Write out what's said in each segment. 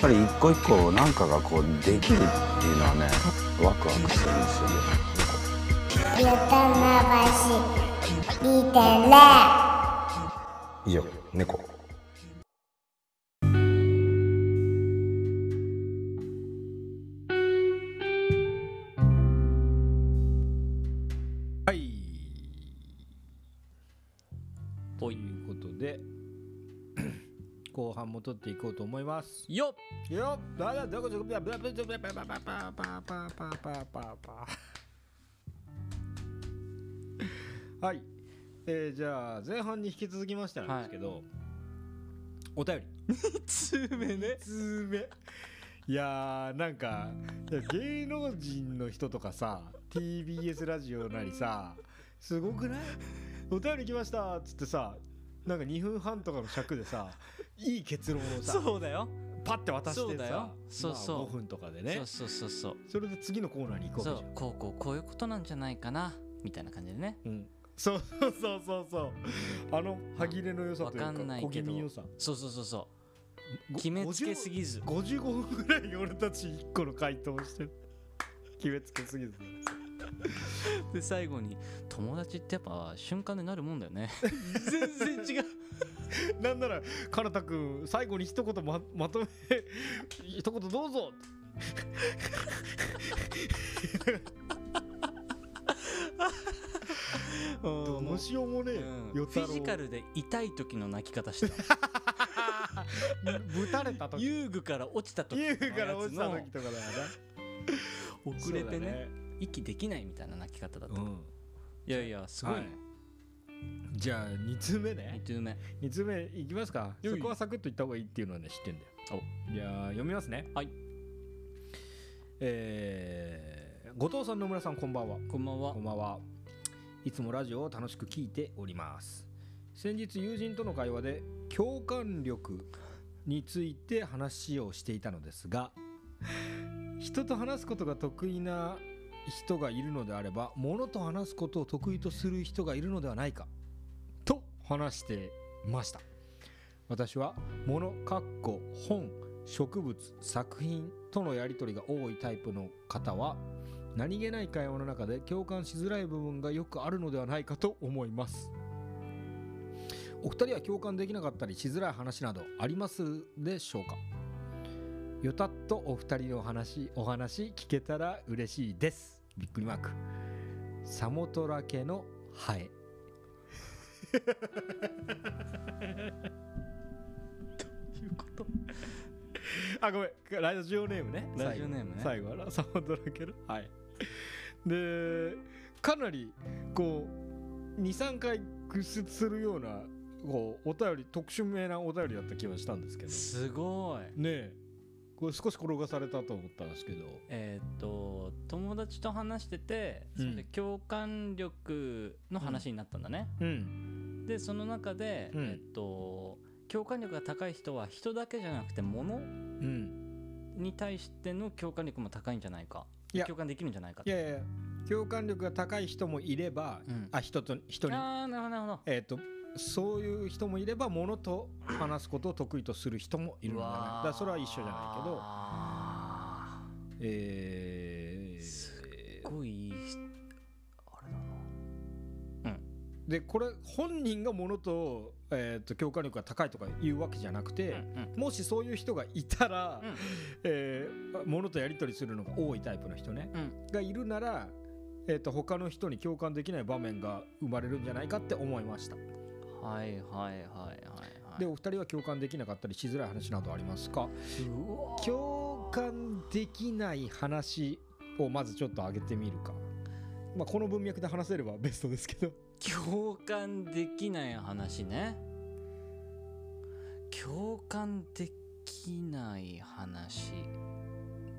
ぱり一個一個なんかがこうできるっていうのはねワクワクするんですよねゆたまばし見てね以上猫はい。ということで、後半も撮っていこうと思います。よっよっだだだこだだだだだだだだだだだだだはい。えー、じゃあ前半に引き続きましたんですけど、お便り。つめねつめいやーなんかいや芸能人の人とかさ TBS ラジオなりさすごくないお便り来ましたっつってさなんか2分半とかの尺でさいい結論をさそうだよパッて渡しそうてださよそうそうまあ、5分とかでねそうそうそうそうそれで次のコーナーに行こうじそゃうこうこうこういうことなんじゃないかなみたいな感じでねんうんそうそうそうそうそうあの歯切れの良さというかわかんない小け気ど味良さそうそうそうそごう決めつけすぎず55分ぐらい俺たち1個の回答をしてる 決めつけすぎずで最後に友達ってやっぱ瞬間でなるもんだ よね全然違うなんなら、かなたくん、最後に一言ままとめ、 一言どうぞどうしようもねえよう与ん、フ太郎ィジカルで痛い時の泣き方して たぶたれた時。遊具から落ちた時の優やつの雅から落ちた時とかだよな。遅れてねそう息できないみたいな泣き方だった、だいね。やいやすごいね、うん、じゃあ、二通目二ね。通目二通目いきますか。よそいこはサクッといった方がいいっていうのはね、知ってんだよ。じゃあ、読みますね。はい。えー、後藤さん、野村さん、こんばんは。こんばんはこんばんは。いつもラジオを楽しく聞いております。先日友人との会話で共感力について話をしていたのですが、人と話すことが得意な人がいるのであれば、物と話すことを得意とする人がいるのではないかと話してました。私は物かっこ本植物作品とのやり取りが多いタイプの方は何気ない会話の中で共感しづらい部分がよくあるのではないかと思いますお二人は共感できなかったりしづらい話などありますでしょうかよたっとお二人のお話お話聞けたら嬉しいですびっくりマークサモトラ家のハエあごめんラジオネームねラジオネームね最後最後はなサモトラ家のハエでかなりこう23回屈折するようなこうお便り特殊名なお便りだった気はしたんですけどすごいねえこれ少し転がされたと思ったんですけどえーっと友達と話しててそれで共感力の話になったんだね、うんでその中で、うんえっと共感力が高い人は人だけじゃなくて物うんに対しての共感力も高いんじゃないかいや共感できるんじゃないかいやいや共感力が高い人もいれば、うんあ人と人にああなるほどなるほどえっ、とそういう人もいればものと話すことを得意とする人もいるんだねだからそれは一緒じゃないけどないえーすけどすっごいいい人あれだでこれ本人がものと,、えー、と共感力が高いとか言うわけじゃなくて、なうんもしそういう人がいたら、うんえーものとやり取りするのが多いタイプの人ね、うんがいるなら、えー、と他の人に共感できない場面が生まれるんじゃないかって思いました、うんはいはいはいはいはいでお二人は共感できなかったりしづらい話などありますかうわ共感できない話をまずちょっと上げてみるか、まあ、この文脈で話せればベストですけど共感できない話ね共感できない話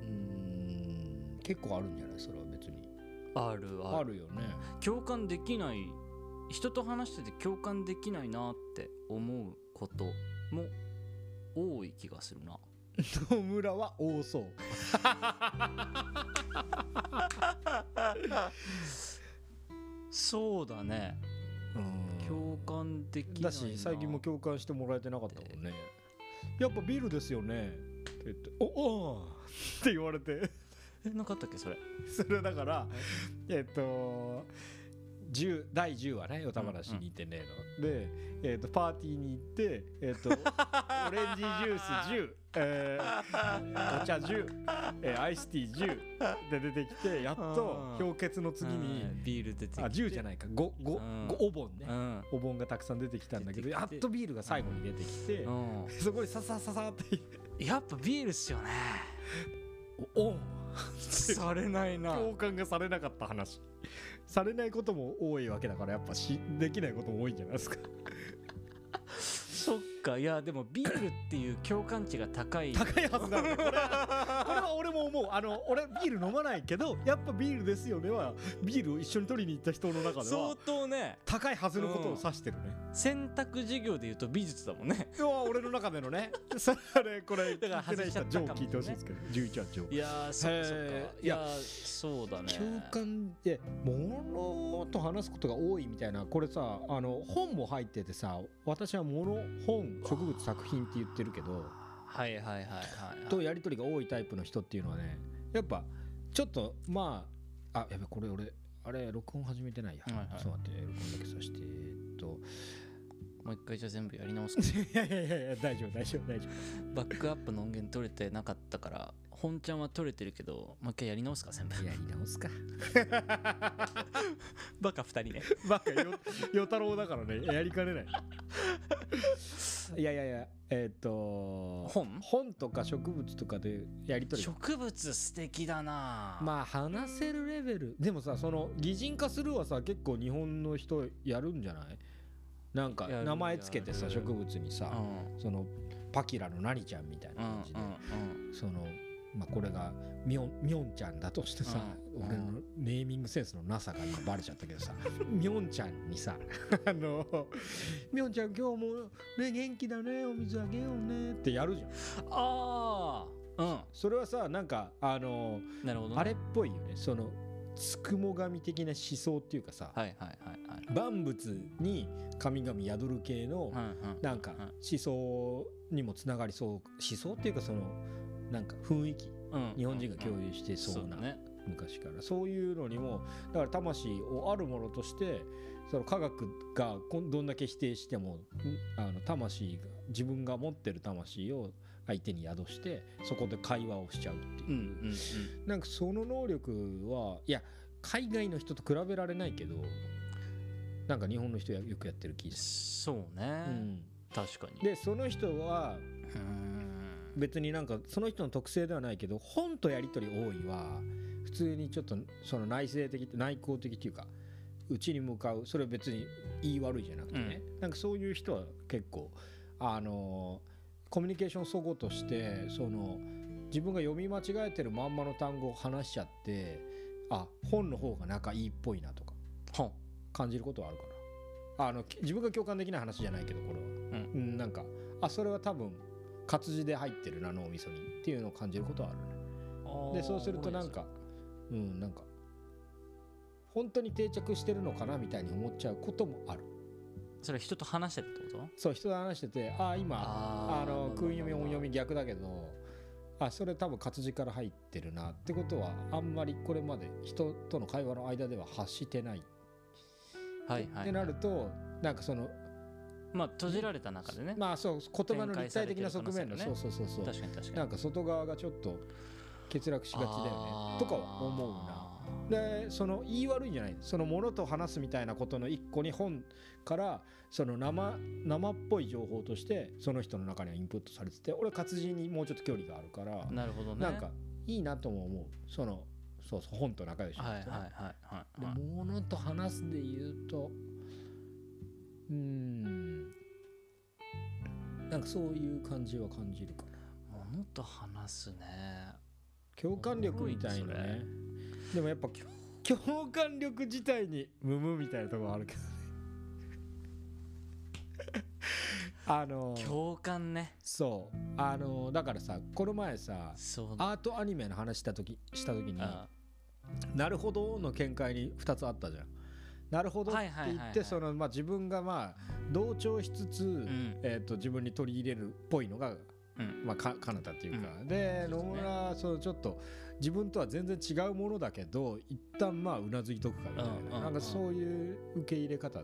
うん結構あるんじゃないそれは別にあるあるあるよね共感できない人と話してて共感できないなって思うことも多い気がするな野村は多そうそうだね共感できなだいなし最近も共感してもらえてなかったもんねやっぱビールですよねえっと、おおー って言われてえなかったっけそれそれだからえっと10第10話ね与田話2.0の、で、えっとパーティーに行って、えっ とオレンジジュース10、えーお茶10、えーアイスティー10で出てきてやっとあー氷結の次にうんビール出てきてあ10じゃないか5五うん五お盆ねうんお盆がたくさん出てきたんだけど出てやきってとビールが最後に出てきて、うんそこにささささってやっぱビールっすよねおおされないな共感がされなかった話されないことも多いわけだからやっぱしできないことも多いんじゃないですか そっかいやでもビールっていう共感値が高い高いはずなのよこれはこれは俺も思うあの俺ビール飲まないけどやっぱビールですよねはビールを一緒に取りに行った人の中で相は当ね高いはずのことを指してるね、選択授業で言うと美術だもんねうわ俺の中でのね それこれだだから外しちゃったジかョもー聞いてほしいんですけど11はジョー いやーそっかそっへかーいやそうだね共感って物と話すことが多いみたいなこれさあの本も入っててさ私は物本植物作品って言ってるけどはいはいはいはいとやり取りが多いタイプの人っていうのはねやっぱちょっとまああやべこれ俺あれ録音始めてないや、はいはいそう待って録音だけさせてえっともう一回じゃあ全部やり直すか いやいやいやいや大丈夫大丈夫大丈バックアップの音源取れてなかったから本ちゃんは取れてるけどもう一回やり直すか先夫輩やり直すかバカ二 人ねバカよ与太郎だからねやりかねない いやいやいやえっと本本とか植物とかでやり取りが植物素敵だなまあ話せるレベルでもさその擬人化するはさ結構日本の人やるんじゃないなんかやる名前つけてさやる植物にさ、うんそのパキラの何ちゃんみたいなうんうん感じで、その、まあ、これがみょんみょんちゃんだとしてさ、うん俺のネーミングセンスのなさが今バレちゃったけどさ みょんちゃんにさ「あのみょんちゃん今日もね元気だねお水あげようね」ってやるじゃんうんああうんそれはさなんかあのなるほどねあれっぽいよねそのつくも神的な思想っていうかさ、はいはいはいはい万物に神々宿る系のうんうんなんか思想にもつながりそう思想っていうかそのなんか雰囲気うん日本人が共有してそうなだね昔からそういうのにもだから魂をあるものとしてその科学がこんどんだけ否定してもんあの魂が自分が持ってる魂を相手に宿してそこで会話をしちゃうっていう。うんうんうんなんかその能力はいや海外の人と比べられないけどなんか日本の人やよくやってる気です、そううね、ん、確かにでその人はうーん別になんかその人の特性ではないけど本とやり取り多いは普通にちょっとその内省的内向的っていうかうちに向かうそれは別に言い悪いじゃなくてね、なんかそういう人は結構あのーコミュニケーションそごとしてその自分が読み間違えてるまんまの単語を話しちゃってあ本の方が仲いいっぽいなとかほん感じることはあるかなあのき自分が共感できない話じゃないけどこれは、うんなんかあそれは多分活字で入ってるな脳みそにっていうのを感じることはあるねでそうするとなんかうんなんか本当に定着してるのかなみたいに思っちゃうこともあるそれは人と話してるってことそう人と話しててあ今ああーの訓読みなるほど音読み逆だけどあそれ多分活字から入ってるなってことはあんまりこれまで人との会話の間では発してないはいはいってなるとなんかそのまあ閉じられた中でね、まあそう言葉の立体的な側面の、展開されてる可能性がそうそねうそうそう確かに確かになんか外側がちょっと欠落しがちだよねとかは思うなでその言い悪いんじゃないそのものと話すみたいなことの一個に本からその生生っぽい情報としてその人の中にはインプットされてて俺活字にもうちょっと距離があるからななるほどねなんかいいなとも思うそのそうそう本と仲良しのはいはい人ねはいはいではい物と話すで言うとうーんなんかそういう感じは感じるかな物と話すね共感力みたいなねでもやっぱ共感力自体にムムみたいなところあるけどね あの共感ねそうあのだからさこの前さそうだアートアニメの話した時した時にあなるほどの見解に2つあったじゃん。なるほどってはい言はいっはいはていそのまあ自分がまあ同調しつつ、んえー、と自分に取り入れるっぽいのがうんまあ、かかなたっていうか、でそ野うですね村はそうちょっと自分とは全然違うものだけど一旦まあうなずいとくかみたいうんうんうなんなんかそういう受け入れ方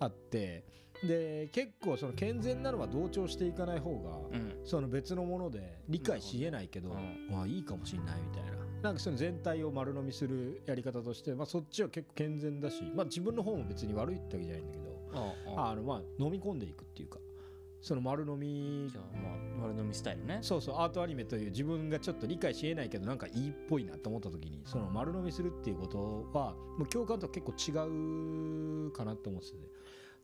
あってで結構その健全なのは同調していかない方が、うんうんその別のもので理解しえないけどなるほどまあいいかもしんないみたいな。なんかその全体を丸飲みするやり方として、まあ、そっちは結構健全だし、まあ、自分の方も別に悪いってわけじゃないんだけど、あああのまあ飲み込んでいくっていうかその丸飲みじゃあまあ丸飲みスタイルねそうそうアートアニメという自分がちょっと理解しえないけどなんかいいっぽいなと思った時にその丸飲みするっていうことはもう共感とは結構違うかなと思ってて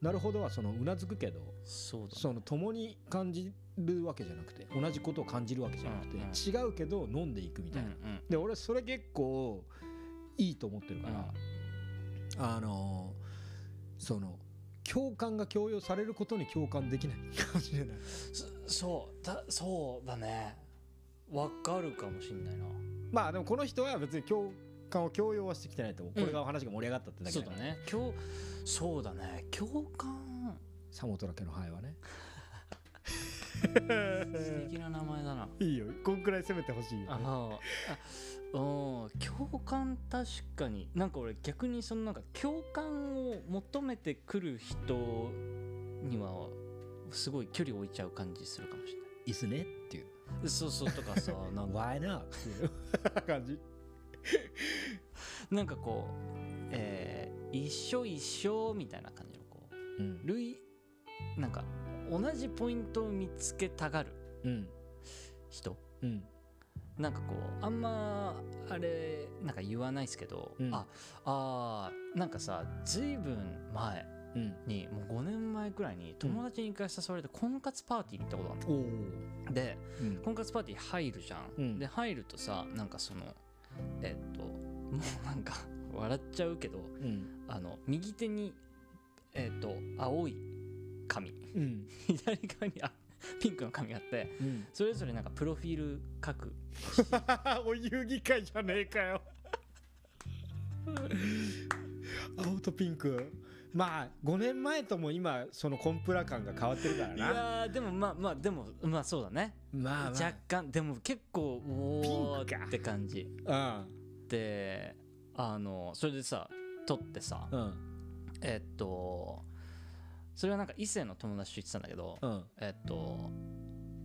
なるほどはそのうなずくけどそうだねその共に感じるわけじゃなくて同じことを感じるわけじゃなくてうん違うけど飲んでいくみたいな。うんで俺それ結構いいと思ってるから、あのその共感が強要されることに共感できない かもしれない。そそうだそうだねわかるかもしんないなまあでもこの人は別に共感を強要はしてきてないと思う。これが話が盛り上がったってだけそだうかだら、ね今日そうだね共感サモトラケの灰はね。素敵な名前だないいよ。こんくらい攻めてほしいよ、あね。あうん共感確かになんか俺逆にそのなんか共感を求めてくる人にはすごい距離を置いちゃう感じするかもしれないいいっすねっていう。そうそうとかさなん か Why not? っていう 感じ。なんかこうえー一緒一緒みたいな感じのこううん。類なんか同じポイントを見つけたがるうん。人うん。なんかこうあんまあれなんか言わないですけど、うんああーなんかさずいぶん前うん。にもう5年前くらいに友達に一回誘われて婚活パーティーに行ったことあるおお。の、でうん。婚活パーティー入るじゃん、うんで入るとさなんかそのえっともうなんか笑っちゃうけどうん。あの右手にえっと青い紙 うん。左側にあピンクの紙があってうん。それぞれなんかプロフィール書く お遊戯会じゃねえかよ 青とピンクまあ5年前とも今そのコンプラ感が変わってるからいなやーでもまあまあでもまあそうだねまあ、ま若干でも結構おピンクかーって感じあ、であのそれでさ撮ってさうんうんえっとそれはなんか異性の友達と言ってたんだけどうんえっと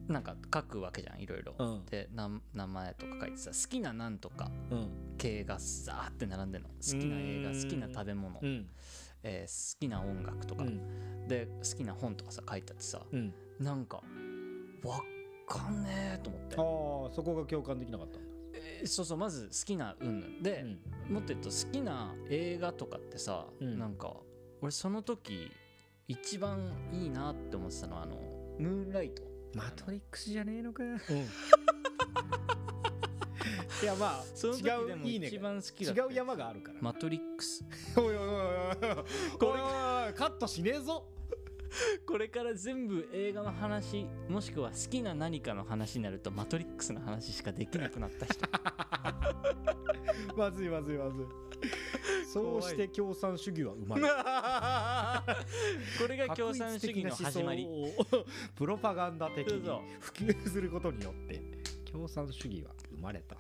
なんか書くわけじゃんいろいろうんでな名前とか書いてさ好きななんとかうん系がザーって並んでんの好きな映画うーん好きな食べ物う、んえー好きな音楽とか、うんで好きな本とかさ書いてあってさうんなんかわかんねえと思ってああそこが共感できなかったんだえーそうそうまず好きなうんぬんうで、んもっと言うと好きな映画とかってさ、うんなんか俺その時一番いいなって思ってたのはあのムーンライトマトリックスじゃねえのかうん いやまあその時違でうもいいね一番好き違だったう山があるから、マトリックスおいおいおいおいこれカットしねえぞこれから全部映画の話もしくは好きな何かの話になるとマトリックスの話しかできなくなった人 まずいまずいまずい。そうして共産主義は生まれ これた。が 共産主義の始まり確率的な思想を プロパガンダ的にそう普及することによって共産主義は生まれた。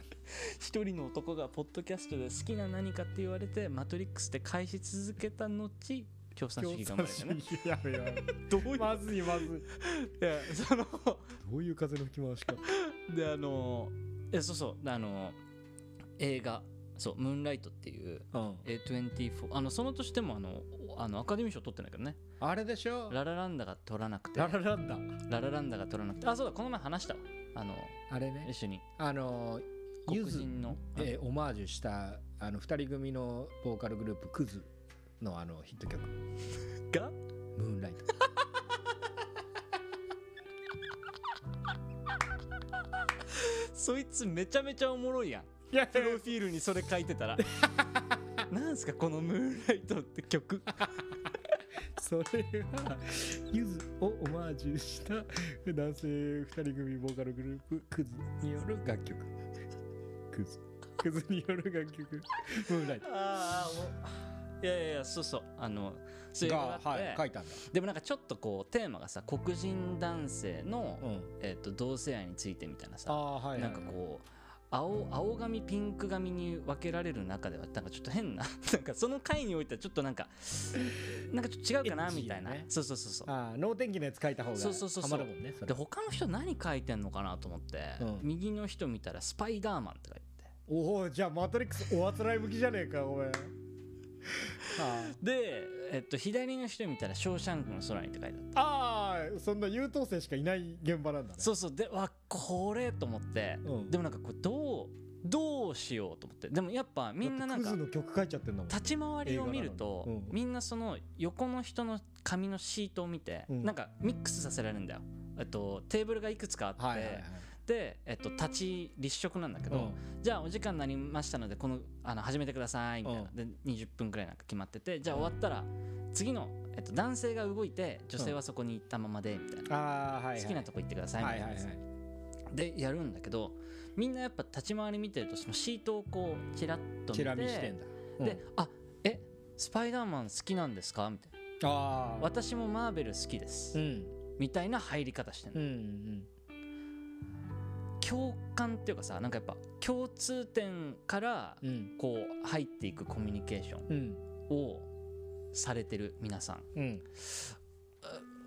一人の男がポッドキャストで好きな何かって言われてマトリックスで返し続けた後共産主義が生まれ共産たね主義やめよう。どうまずいまずい。いやそのどういう風の吹き回しか。であのいやそうそうであの映画そう「ムーンライト」っていううん。 A24 あのその年でもあのあのアカデミー賞取ってんだけどねあれでし「ょ。ララランダ」が取らなくてララランダ。ララランダが取らなくてあそうだこの前話したわあのあれ一ね。緒にあのゆ黒ず人のえーオマージュしたあの二人組のボーカルグループクズのあのヒット曲ムがーンライト。そいつめちゃめちゃおもろいやんいやプロフィールにそれ書いて たらなんすかこの「ムーンライト」って 曲それはゆずをオマージュした男性2人組ボーカルグループクズによる楽曲クズクズによる楽曲ムーンライトああいやいやいやそうそうあのそういうのがあって、はい、書いたんだ、でもなんかちょっとこうテーマがさ黒人男性の、うん、えっと同性愛についてみたいなあさあはいはいなんかこう青青髪ピンク髪に分けられる中ではなんかちょっと変な なんかその回においてはちょっとなんかなんかちょっと違うかなエッチみたいな、ねそうそうそうそうああ能天気のやつ書いた方がそうそうそうそうハマるもんねそれで他の人何書いてんのかなと思って、うん右の人見たら「スパイダーマン」って書いてておおじゃあマトリックスおあつらい向きじゃねえかお前あで、えっと、左の人見たら「ショーシャンクの空に」って書いてあっあああそんな優等生しかいない現場なんだねたそうそうでわこれと思って、うんでもなんかこれどうどうしようと思ってでもやっぱみんななんかクズの曲書いちゃってんだもん立ち回りを見ると、映画なのにうんみんなその横の人の紙のシートを見て、うんなんかミックスさせられるんだよ。えっと、テーブルがいくつかあって、はいはいはいで、えっと、立ち立食なんだけうど、んじゃあお時間になりましたのでこのあの始めてくださいみたいうな、で20分くらいなんか決まっててじゃあ終わったら次の、えっと、男性が動いて女性はそこに行ったままでみたいな、ああはいはい好きなとこ行ってくださいみはたいいな、はいはいでやるんだけどみんなやっぱ立ち回り見てるとそのシートをこうチラッと見てチラ見してんだうんで「あえスパイダーマン好きなんですか?」みたいなああ「私もマーベル好きでうす」んみたいな入り方してるうんうん共感っていうかさなんかやっぱ共通点からうんこう入っていくコミュニケーショうんンをされてる皆さんうん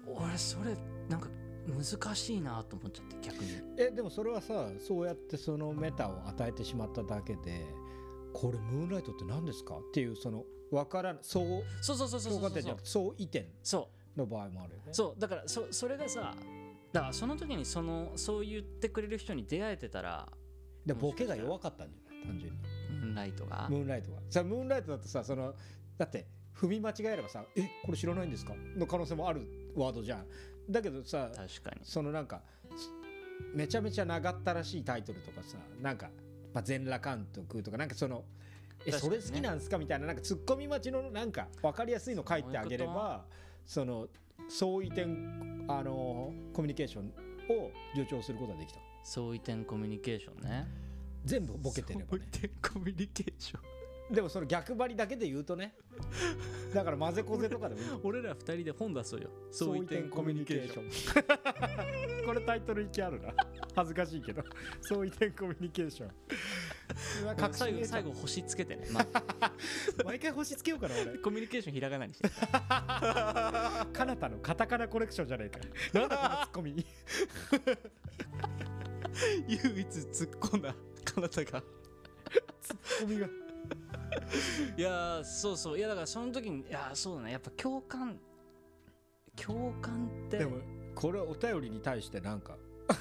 俺それなんか難しいなと思っちゃって逆にえでもそれはさそうやってそのメタを与えてしまっただけでこれムーンライトって何ですかっていうその分からんそうそうそうそうそう評そ価う点じゃそなうくてそう意見そうの場合もあるよねそうだからそそれがさだからその時にそのそう言ってくれる人に出会えてたらでボケが弱かったんじゃない単純にムーンライトがムーンライトがさムーンライトだとさそのだって踏み間違えればさ「えこれ知らないんですか?」の可能性もあるワードじゃんだけどさ確かにそのなんかすめちゃめちゃ長ったらしいタイトルとかさなんか、まあ、全裸監督とかなんかその「え確そかれにね好きなんすか?」みたいななんかツッコミ待ちのなんか分かりやすいの書いてあげればその相違点あのコミュニケーションを助長することができた相違点コミュニケーションね全部ボケてればね相違点コミュニケーションでもその逆張りだけで言うとねだから混ぜこぜとかでもいい俺ら二人で本出そうよ相違点コミュニケーショ ンこれタイトルきあるな恥ずかしいけど相違点コミュニケーションうわ確最信後最後星つけてね、 まあ、毎回星つけようかな俺コミュニケーションひらがなにしてかなたのカタカナコレクションじゃねえかなんだこのツッコミ唯一突っ込んだ彼方がツッコミがいやーそうそういやだからその時にいやーそうだねやっぱ共感共感ってでもこれはお便りに対してなんか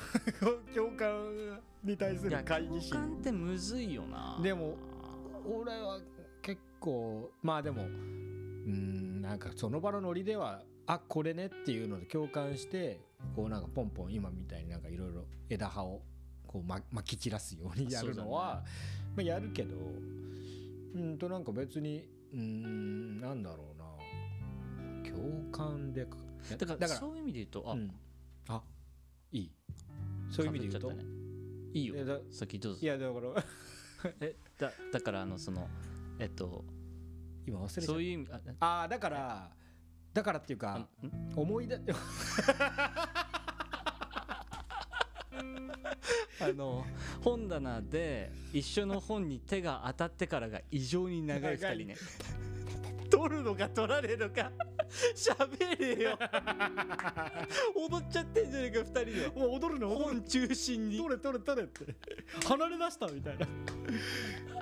共感に対すいるや懐疑共感心ってむずいよなでも俺は結構まあでもうーんなんかその場のノリではあこれねっていうので共感してこうなんかポンポン今みたいになんかいろいろ枝葉をこうままき散らすようにやるのは、まあ、やるけどうんとなんか別にうーんなんだろうな共感でかだからだからそういう意味で言うとあ、うんあいいそういう意味で言うと、かぶっちゃったねいいいやよだ先どういぞやだからえだだからあのそのえっと今忘れちゃったそういう意味あああだからだからっていうあかん思い出 あの本棚で一緒の本に手が当たってからが異常に長い二人ね取るのか取られるのか 喋れ よ踊っちゃってんじゃねえか二人でもう踊るの踊る本中心に取れ取れ取れって 離れ出したみたいな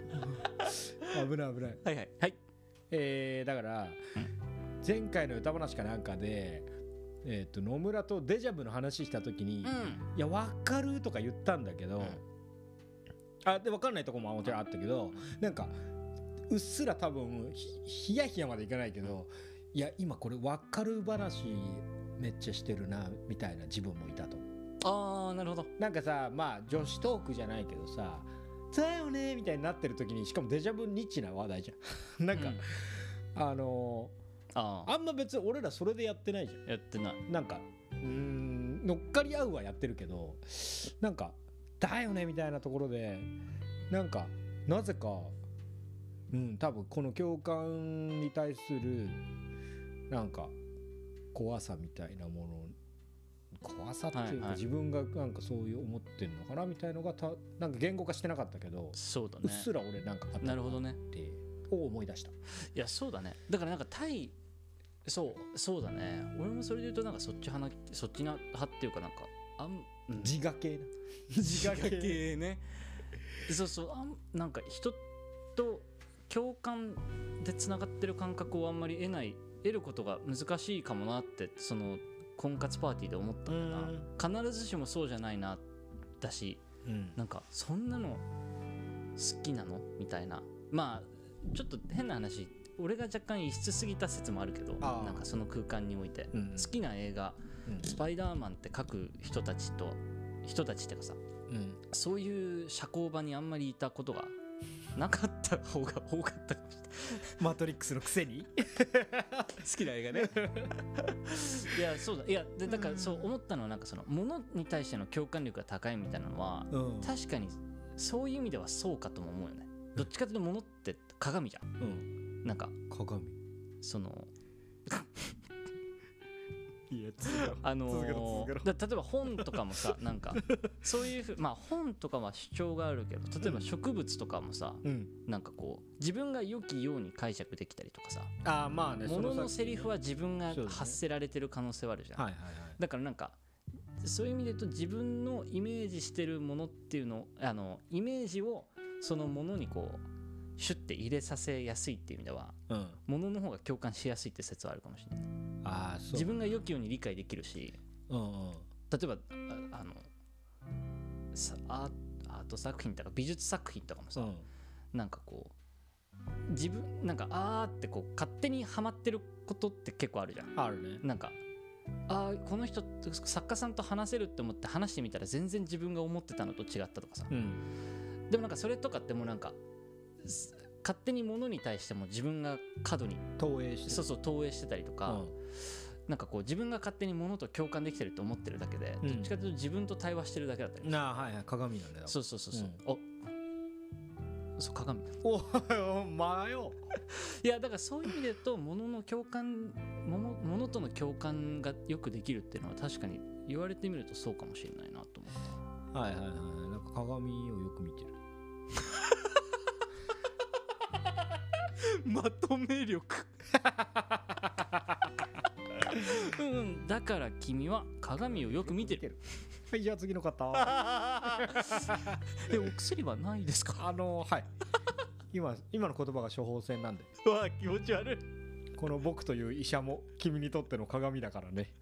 危ない危ないはいはいはいえー、だから前回の歌話かなんかでえー、と野村とデジャブの話した時に「いんやわかる」とか言ったんだけど、うんあで分かんないとこももちろんあったけどなんかうっすら多分ひひやひやまでいかないけどいや今これ分かる話めっちゃしてるなみたいな自分もいたとああなるほどなんかさまあ女子トークじゃないけどさ「だよね」みたいになってる時にしかもデジャブニッチな話題じゃん なんか、うんあのあーあんま別に俺らそれでやってないじゃんあやってないなんかうーん乗っかり合うはやってるけどなんか「だよね」みたいなところでなんかなぜかうん、多分この共感に対するなんか怖さみたいなもの怖さっていうはいかはい自分がなんかそういう思ってんのかなみたいのがたなんか言語化してなかったけど、そうだうねっすら俺なんかあったなるほどねってを思い出したいやそうだねだからなんか対そうそうだね俺もそれで言うとなんかそっち派なそっちな派っていうかなんかあんうん自我系な自我系ねそうそうあんなんか人と共感でつながってる感覚をあんまり得ない得ることが難しいかもなってその婚活パーティーで思ったんだな必ずしもそうじゃないなだしうんなんかそんなの好きなのみたいなまあちょっと変な話俺が若干異質すぎた説もあるけどあーなんかその空間において、うん好きな映画「スパイダーマン」って書く人たちと人たちってかさうんそういう社交場にあんまりいたことがなかった方が多かったかもしれないマトリックスのくせに 好きな映画ねいやそうだいやでだからそう思ったのはなんかそのものに対しての共感力が高いみたいなのは うん確かにそういう意味ではそうかとも思うよねどっちかというと物って鏡じゃうんんなんか鏡そのいやつうあのー続けろ続だ例えば本とかも さなんかそういうふうまあ本とかは主張があるけど例えば植物とかもさ、んなんかこう自分が良きように解釈できたりとかさああまあねもそののセリフは自分がそうだね発せられてる可能性はあるじゃん、はいはいはいだからなんかそういう意味で言うと自分のイメージしてるものっていうのあのイメージをそのものにこうシュッて入れさせやすいっていう意味ではうんものの方が共感しやすいって説はあるかもしれないああそう自分が良きように理解できるしうんうん例えばああのさアアート作品とか美術作品とかもさ、なんかこう自分なんかあーってこう勝手にはまってることって結構あるじゃんあるねなんかあーこの人作家さんと話せるって思って話してみたら全然自分が思ってたのと違ったとかさうんでもなんかそれとかってもうなんかす勝手に物に対しても自分が過度に投影してるそうそう投影してたりとか、なんかこう自分が勝手に物と共感できてると思ってるだけで、うんどっちかというと自分と対話してるだけだったうりん、なあはいはい鏡なんだよそうそうそうそう、おそう鏡おいお前よいやだからそういう意味で言うと物の共感物物との共感がよくできるっていうのは確かに言われてみるとそうかもしれないなと思ってはいはいはいなんか鏡をよく見てる まとめ力うんうんだから君は鏡をよく見てるはいじゃあ次の 方あえお薬はないです かのはい今今の言葉が処方箋なんでわあ気持ち悪いこの僕という医者も君にとっての鏡だから ね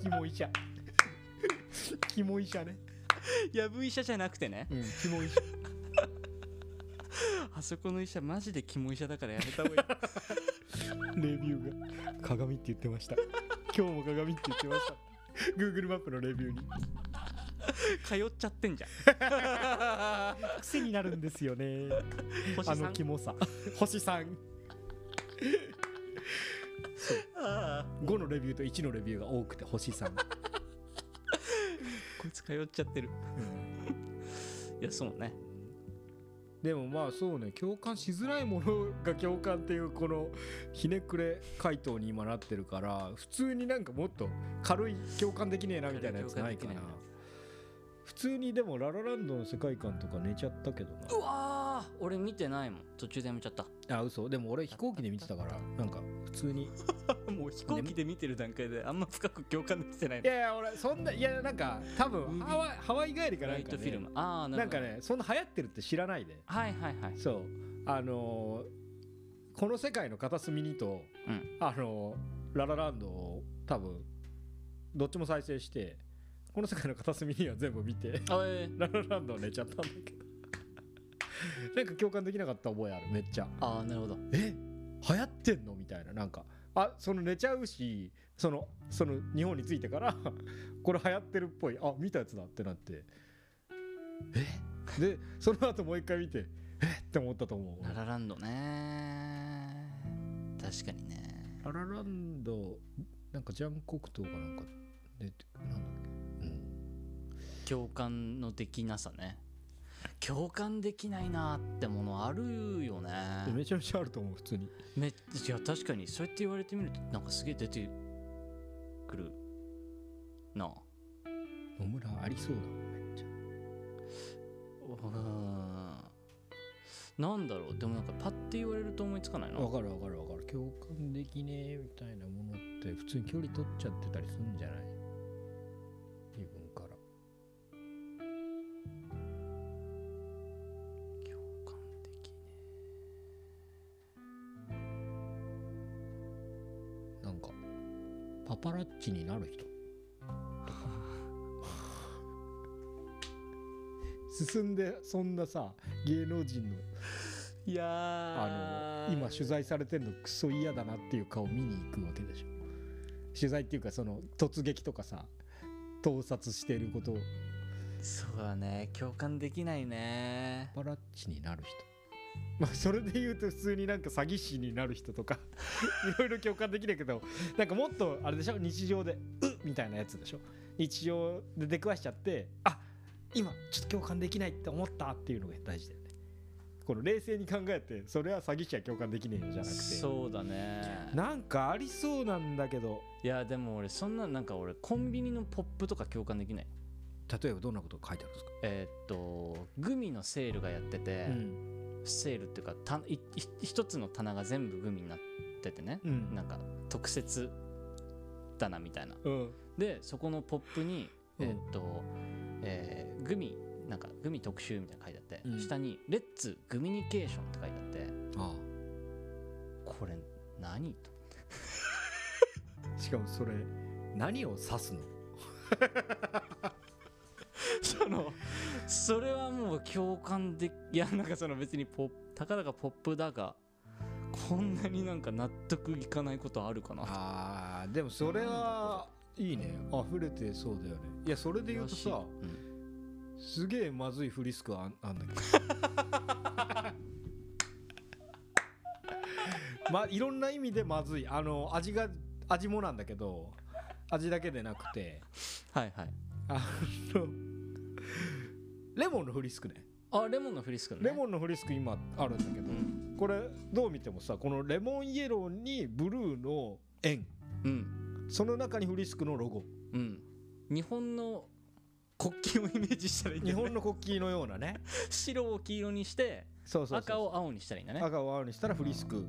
キモ医者キモ医者ね やぶ医者じゃなくてねうんキモ医者あそこの医者マジでキモ医者だからやめ た方がい いレビューが鏡って言ってました今日も鏡って言ってました Google マップのレビューに通っちゃってん じゃん癖になるんですよね星あさのんキモさ星さん5のレビューと1のレビューが多くて星さんこいつ通っちゃってるいやそうねでもまあそうね共感しづらいものが共感っていうこのひねくれ回答に今なってるから普通になんかもっと軽い共感できねえなみたいなやつないか軽い共感できねなえな普通にでもララランドの世界観とか寝ちゃったけどうわー俺見てないもん途中でやめちゃったなあ嘘でも俺飛行機で見てたからなんか普通にもう飛行機で見てる段階であんま深く共感できてないいやいや俺そんないやなんか多分ハワイハワイ帰りかラなイんか、トね、フィルムああななんるほかどねそんな流行ってるって知らないではいはいはいそうあのーこの世界の片隅にと、うんあのーララランドを多分どっちも再生してこの世界の片隅には全部見て あえーララランドを寝ちゃったんだけど なんか共感できなかった覚えあるめっちゃあーなるほどえ流行ってんのみたいななんかあその寝ちゃうしそのその日本に着いてから これ流行ってるっぽいあ見たやつだってなってえでその後もう一回見てえって思ったと思うララランドね確かにねララランドなんかジャンコクトーがなんか出てなんだっけ、うん、共感のできなさね共感できないなってものあるよねめちゃめちゃあると思う普通にめっいや確かにそうやって言われてみるとなんかすげえ出てくるなあ野村ありそうだめっちゃうんなんだろうでもなんかパッて言われると思いつかないなわかるわかるわかる共感できねえみたいなものって普通に距離取っちゃってたりするんじゃない自分から共感でなきねんかパパラッチになる人とか 進んでそんなさ芸能人のいやあの今取材されてるのクソ嫌だなっていう顔見に行くわけでしょ取材っていうかその突撃とかさ盗撮してることをそうだね共感できないねパパラッチになる人まあそれで言うと普通になんか詐欺師になる人とか いろいろ共感できないけどなんかもっとあれでしょ日常で「うっ!」みたいなやつでしょ日常で出くわしちゃってあ今ちょっと共感できないって思ったっていうのが大事だよねこの冷静に考えてそれは詐欺師は共感できねえよじゃなくてそうだねなんかありそうなんだけどいやでも俺そんななんか俺コンビニのポップとか共感できない例えばどんなこと書いてあるんですか、えーっとグミのセールがやってて、うんセールっていうかたいい一つの棚が全部グミになっててね、うんなんか特設棚みたいなうんでそこのポップに、うんえーっと、えーグミなんかグミ特集みたいなの書いてあって、うん下に「レッツグミニケーション」って書いてあってあこれ何とあしかもそれ何を指すのそのそれはもう共感でいやなんかその別にポップたかだかポップだがこんなになんか納得いかないことあるかなとあーでもそれはいいね溢れてそうだよねいやそれで言うとさうんすげえまずいフリスクあんあんだ けどまいろんな意味でまずいあの味が味もなんだけど味だけでなくてはいはいあのレモンのフリスクねあレモンのフリスクねレモンのフリスク今あるんだけど、うんこれどう見てもさこのレモンイエローにブルーの円うんその中にフリスクのロゴうん日本の国旗をイメージしたらいいんだ日よね本の国旗のような ね白を黄色にしてそうそうそう赤を青にしたらいいんだね、赤を青にしたらフリスク、うん、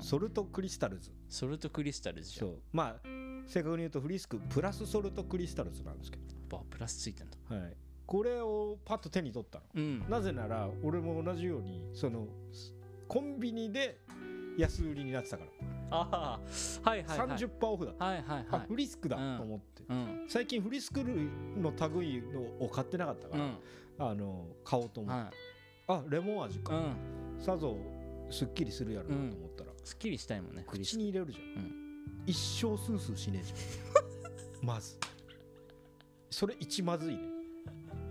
ソルトクリスタルズソルトクリスタルズじゃそんうまあ正確に言うとフリスクプラスソルトクリスタルズなんですけバープラスついてんだど、はい、これをパッと手に取ったのうんなぜなら俺も同じようにそのコンビニで安売りになってたかああはいら、はいはい30%オフだ、はいはいはあいフリスクだうんと思って、うん最近フリスク類の類のを買ってなかったかうら、んあの買おうと思って、はあレモン味いか、うんさぞすっきりするやろなと思ったら、すっきりしたいもんねクリス口に入れるじゃん、う一生スースーしねえじゃ んまずそれ一まずいね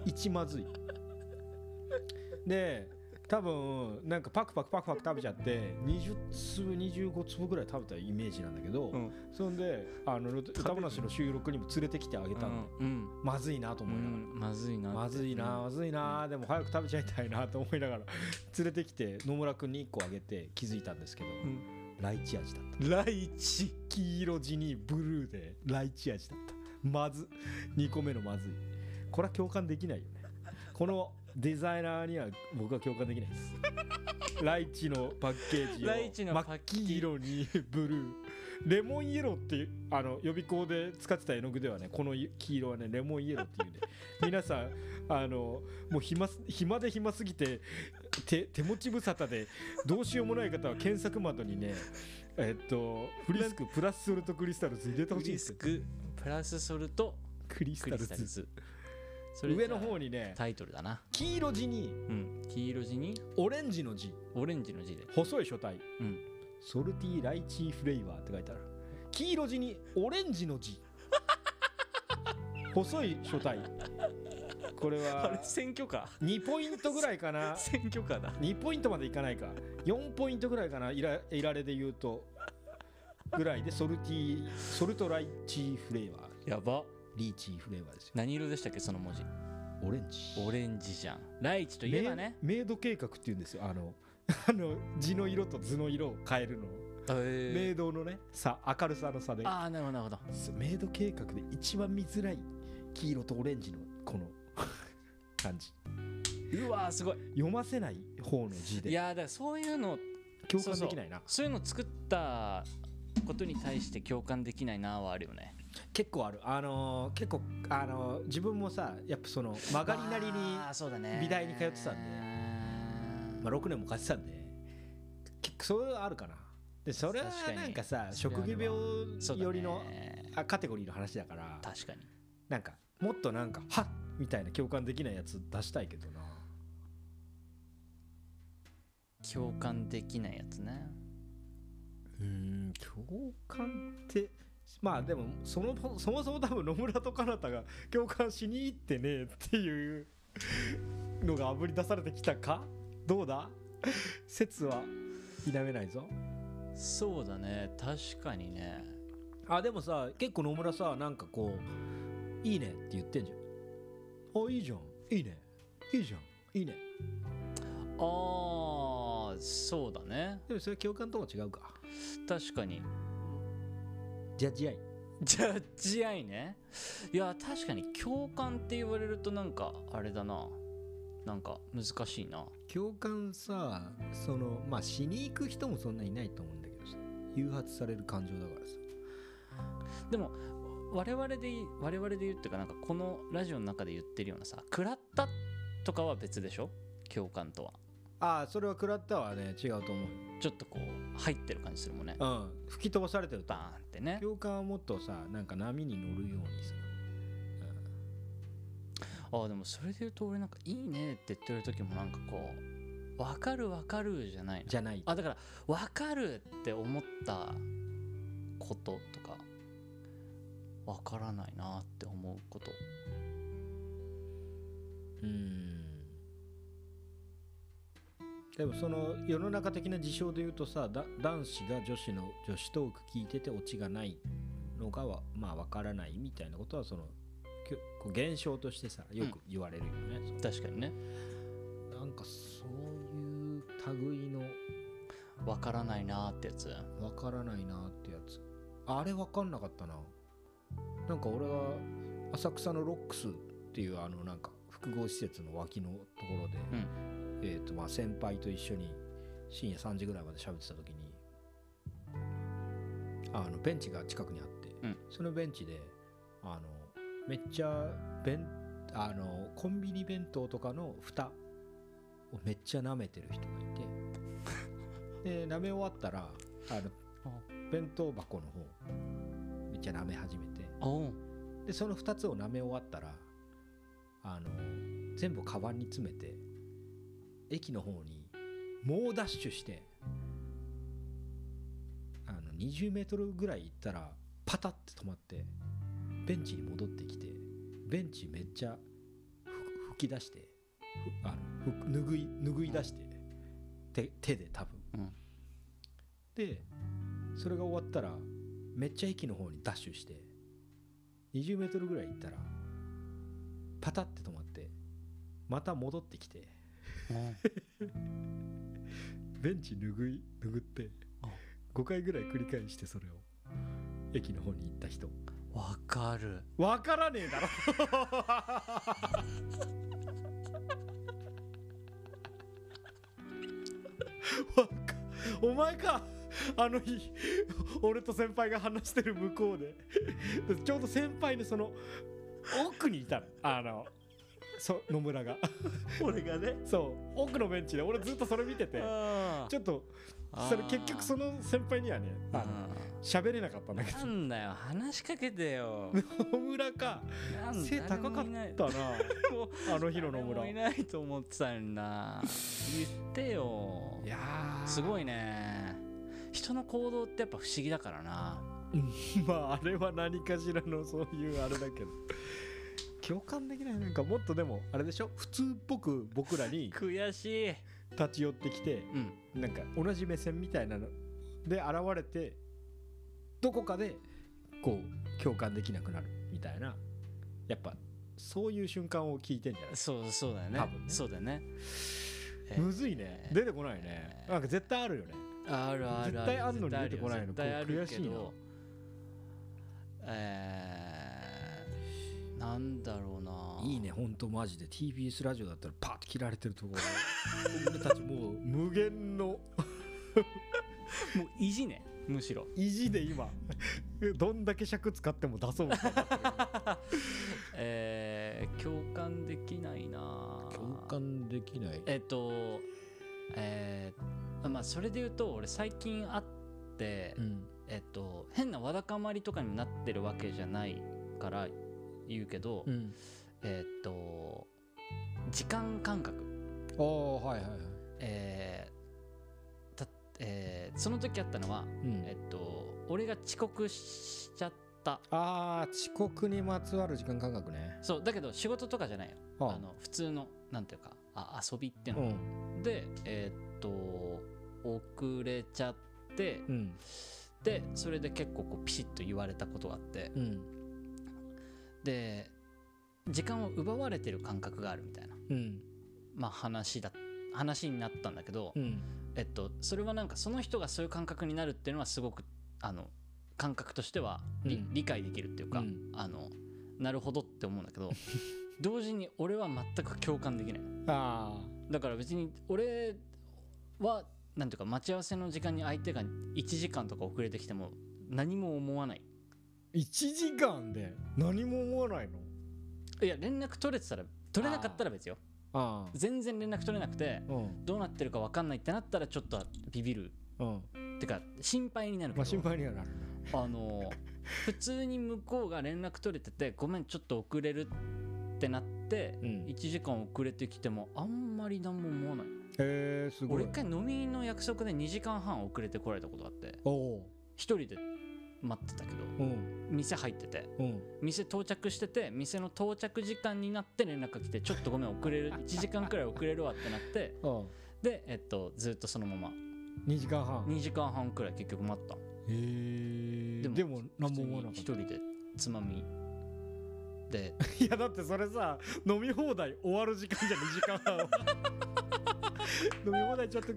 一まずいで多分なんかパクパクパクパク食べちゃって20粒25粒ぐらい食べたイメージなんだけど、うんそんであの歌話の収録にも連れてきてあげたの、うんまずいなとう思いながら、んまずいなまずいなまずいなでも早く食べちゃいたいなと思いながら連れてきて野村君に1個あげて気づいたんですけど、んライチ味だったライチ黄色地にブルーでライチ味だったまず2個目のまずいこれは共感できないよねこのデザイナーには僕は共感できないですライチのパッケージをライチのパッケージ真っ黄色にブルーレモンイエローっていうあの予備校で使ってた絵の具ではねこの黄色はねレモンイエローっていうね皆さんあのもう暇す暇で暇すぎて手手持ち無沙汰でどうしようもない方は検索窓にねえっとフリスクプラスソルトクリスタルズ入れてほクしいんリですスよクプラスソルトクリスクタリルスタルズズそれじゃ上のあ方にねタイトルだな黄色地にうん黄色地にオレンジの字オレンジの字で細い書体うんソルティライチーフレーバーって書いてある黄色地にオレンジの 字細い書体これあれは選挙か2ポイントぐらいか な選挙かだ2ポイントまでいかないか4ポイントぐらいかないらいられで言うとぐらいでソルティソルトライチーフレーバーやばリーチーフレーバーですよ何色でしたっけその文字オレンジオレンジじゃんライチといえばねメイメイド計画っていうんですよあの あの字の色と図の色を変えるのをメえイドのねさ明るさの差でー、ああなるほどなるほそうメイド計画で一番見づらい黄色とオレンジのこの 感じどうわーすごい読ませない方の字いでやーだからそういうの共感できないなそういうの作ったことに対して共感できないなーはあるよね結構あるあのー結構あのー自分もさやっぱその曲がりなりにあーそうだね美大に通ってたんでまあ、6年も勝ってたんで結構そういうのあるかなでそれは確かになんかさそれは職業病そうだねよりのあカテゴリーの話だから確かになんかもっとなんかはっみたいな共感できないやつ出したいけどな共感できないやつねうん共感ってまあでもそのそもそも多分野村とかなたが共感しに行ってねえっていうのがあぶり出されてきたかどうだ説は否めないぞそうだね確かにねあでもさ結構野村さなんかこう「いいね」って言ってんじゃんあいいじゃんいいねいいじゃんいいねああそうだねでもそれ共感とは違うか確かに ジャッジアイジャッジアイねいや確かに共感って言われるとなんかあれだななんか難しいな共感さそのまあしに行く人もそんなにいないと思うんだけどさ誘発される感情だからさでも我々でい我々で言うっていうかなんかこのラジオの中で言ってるようなさ「食らった」とかは別でしょ共感とはああそれは食らったはね違うと思うちょっとこう入ってる感じするもんねうん吹き飛ばされてるとバーンってね共感はもっとさなんか波に乗るようにさああでもそれで言うと俺なんか「いいね」って言ってる時もなんかこう「わかるわかる」じゃないなじゃないあだから「わかる」って思ったこととかわからないなって思うことうんでもその世の中的な事象で言うとさだ男子が女子の女子トーク聞いててオチがないのがわまあわからないみたいなことはそのきょこう現象としてさよく言われるよね、確かにねそうなんかそういう類のわからないなってやつわからないなってやつあれわかんなかったななんか俺は浅草のロックスっていうあのなんか複合施設の脇のところで、うんえーとまあ、先輩と一緒に深夜3時ぐらいまで喋ってた時にあのベンチが近くにあって、うんそのベンチであのめっちゃ弁あのコンビニ弁当とかの蓋をめっちゃ舐めてる人が いてで舐め終わったらあの弁当箱の方めっちゃ舐め始めておおでその2つを舐め終わったらあの全部カバンに詰めて駅の方に猛ダッシュしてあの20メートルぐらい行ったらパタって止まってベンチに戻ってきてベンチめっちゃふ吹き出してふあのふ拭い拭い出して手手で多分、うんでそれが終わったらめっちゃ駅の方にダッシュして20メートルぐらい行ったらパタって止まってまた戻ってきてベンチ拭い拭ってあ5回ぐらい繰り返してそれを駅の方に行った人わかるわからねえだろわかお前かあの日俺と先輩が話してる向こうでちょうど先輩のその奥にいたのあのそ野村が俺がねそう奥のベンチで俺ずっとそれ見ててあちょっとそれ結局そのの先輩にはねあの喋れなかったんだけどなんだよ話しかけてよ野村かなん 背高か誰もっいないたなあの日の野誰村もいないと思ってたんだ言ってよいやーすごいね人の行動ってやっぱ不思議だからなまああれは何かしらのそういうあれだけど共感できないなんかもっとでもあれでしょ普通っぽく僕らに悔しい立ち寄ってきてうんなんか同じ目線みたいなので現れてどこかでこう共感できなくなるみたいなやっぱそういう瞬間を聞いてんじゃないそうそうだよね多分ねそうだよねえむずいね出てこないねなんか絶対あるよねあるある絶対あんのに出てこないの絶対あるよこれ悔しいな絶対あるけどえー、なんだろうないいね本当マジで TBS ラジオだったらパッと切られてるところ俺たちもう無限のもう意地ねむしろ意地で今 どんだけ尺使っても出そうみたいなえー、共感できないな共感できないえっとえー、まあそれで言うと俺最近会って、うんえっと変なわだかまりとかになってるわけじゃないから言うけど、うんえっと時間感覚ああはいはいはいえーたえーその時あったのは、うんえっと、俺が遅刻しちゃったあー遅刻にまつわる時間感覚ねそうだけど仕事とかじゃないよああの普通のなんていうかあ遊びっていううの、んでえーっと遅れちゃってうんでそれで結構こうピシッと言われたことがあってうんで時間を奪われてる感覚があるみたいな、うんまあ、話だ話になったんだけど、うんえっと、それはなんかその人がそういう感覚になるっていうのはすごくあの感覚としては理,、うん理解できるっていううか、んあのなるほどって思う んだけど同時に俺は全く共感できないあだから別に俺はなんていうか待ち合わせの時間に相手が1時間とか遅れてきても何も思わない1時間で何も思わないのいや連絡取れてたら取れなかったら別よあ全然連絡取れなくてあうんどうなってるか分かんないってなったらちょっとビビるうんてか心配になるけまどあ心配にはなるあの普通に向こうが連絡取れててごめんちょっと遅れるってなって、うん1時間遅れてきてもあんまり何も思わないへえすご俺い一回飲みの約束で2時間半遅れてこられたことがあっておお一人で待ってたけどううん店入っててうん店到着してて店の到着時間になって連絡が来てちょっとごめん遅れる1時間くらい遅れるわってなってあでえっとずっとそのまま2時間半2時間半くらい結局待ったへえでもでも何も思わなか普通にっ一人でつまみでたいやだってそれさ飲み放題終わる時間じゃん2時間半 は飲み放題ちょっと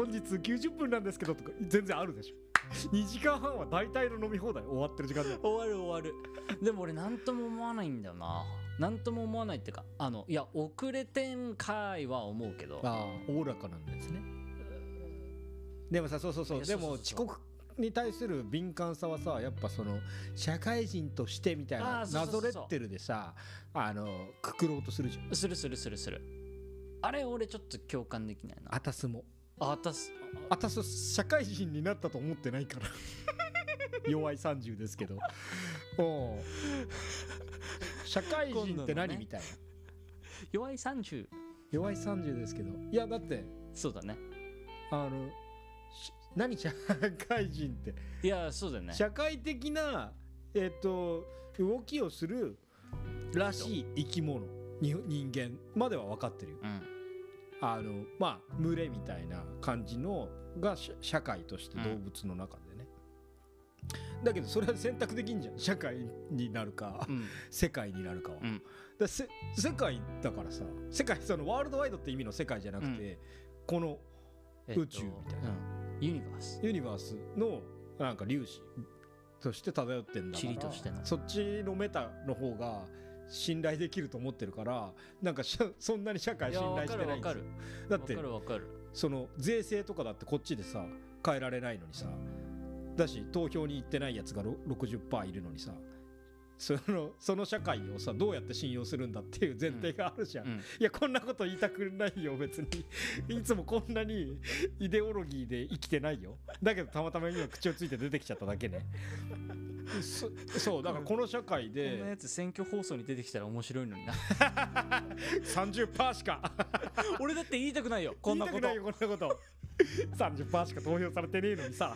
本日90分なんですけどとか全然あるでしょ2時間半は大体の飲み放題 終わってる時間じゃん終わる終わるでも俺何とも思わないんだよな何とも思わないっていうかあのいや遅れてんかいは思うけどああおおらかなんですねでもさそうそうそいうやでそもうそう遅そう刻に対する敏感さはさやっぱその社会人としてみたいあなーそうなそうぞそうそれうってるでさあのくくろうとするじゃんするするするするあれ俺ちょっと共感できないなあたすもあたすあたす社会人になったと思ってないから 弱い30ですけどおう社会人って今度の何、ねみたいな弱い30弱い30ですけどいやだってそうだねあのし何社会人っていやそうだよね社会的な、えっと動きをするらしい生き物に人間までは分かってるようんあのまあ群れみたいな感じのが社社会として動物の中でね、だけどそれは選択できんじゃん社会になるかうん世界になるかは、うんだせ世界だからさ世界そのワールドワイドって意味の世界じゃなくて、このえっと宇宙みたいなうんユニバースユニバースのなんか粒子として漂ってんだから塵としてのそっちのメタの方が信頼できると思ってるからなんかしゃそんなに社会いや信わ頼かしてるなわいんかでするよだっわてかるわかるその税制とかだってこっちでさ変えられないのにさだし投票に行ってないやつがろ60%いるのにさそのその社会をさどうやって信用するんだっていう前提があるじゃん、うんいやこんなこと言いたくないよ別にいつもこんなにイデオロギーで生きてないよだけどたまたま今口をついて出てきちゃっただけねそそうだからこの社会こんなやでつ選挙放送に出てきたら面白いのにな 30%しか俺だって言いた くないよこんなこ言といたくないよ こんなこと30%しか投票されてねえのにさ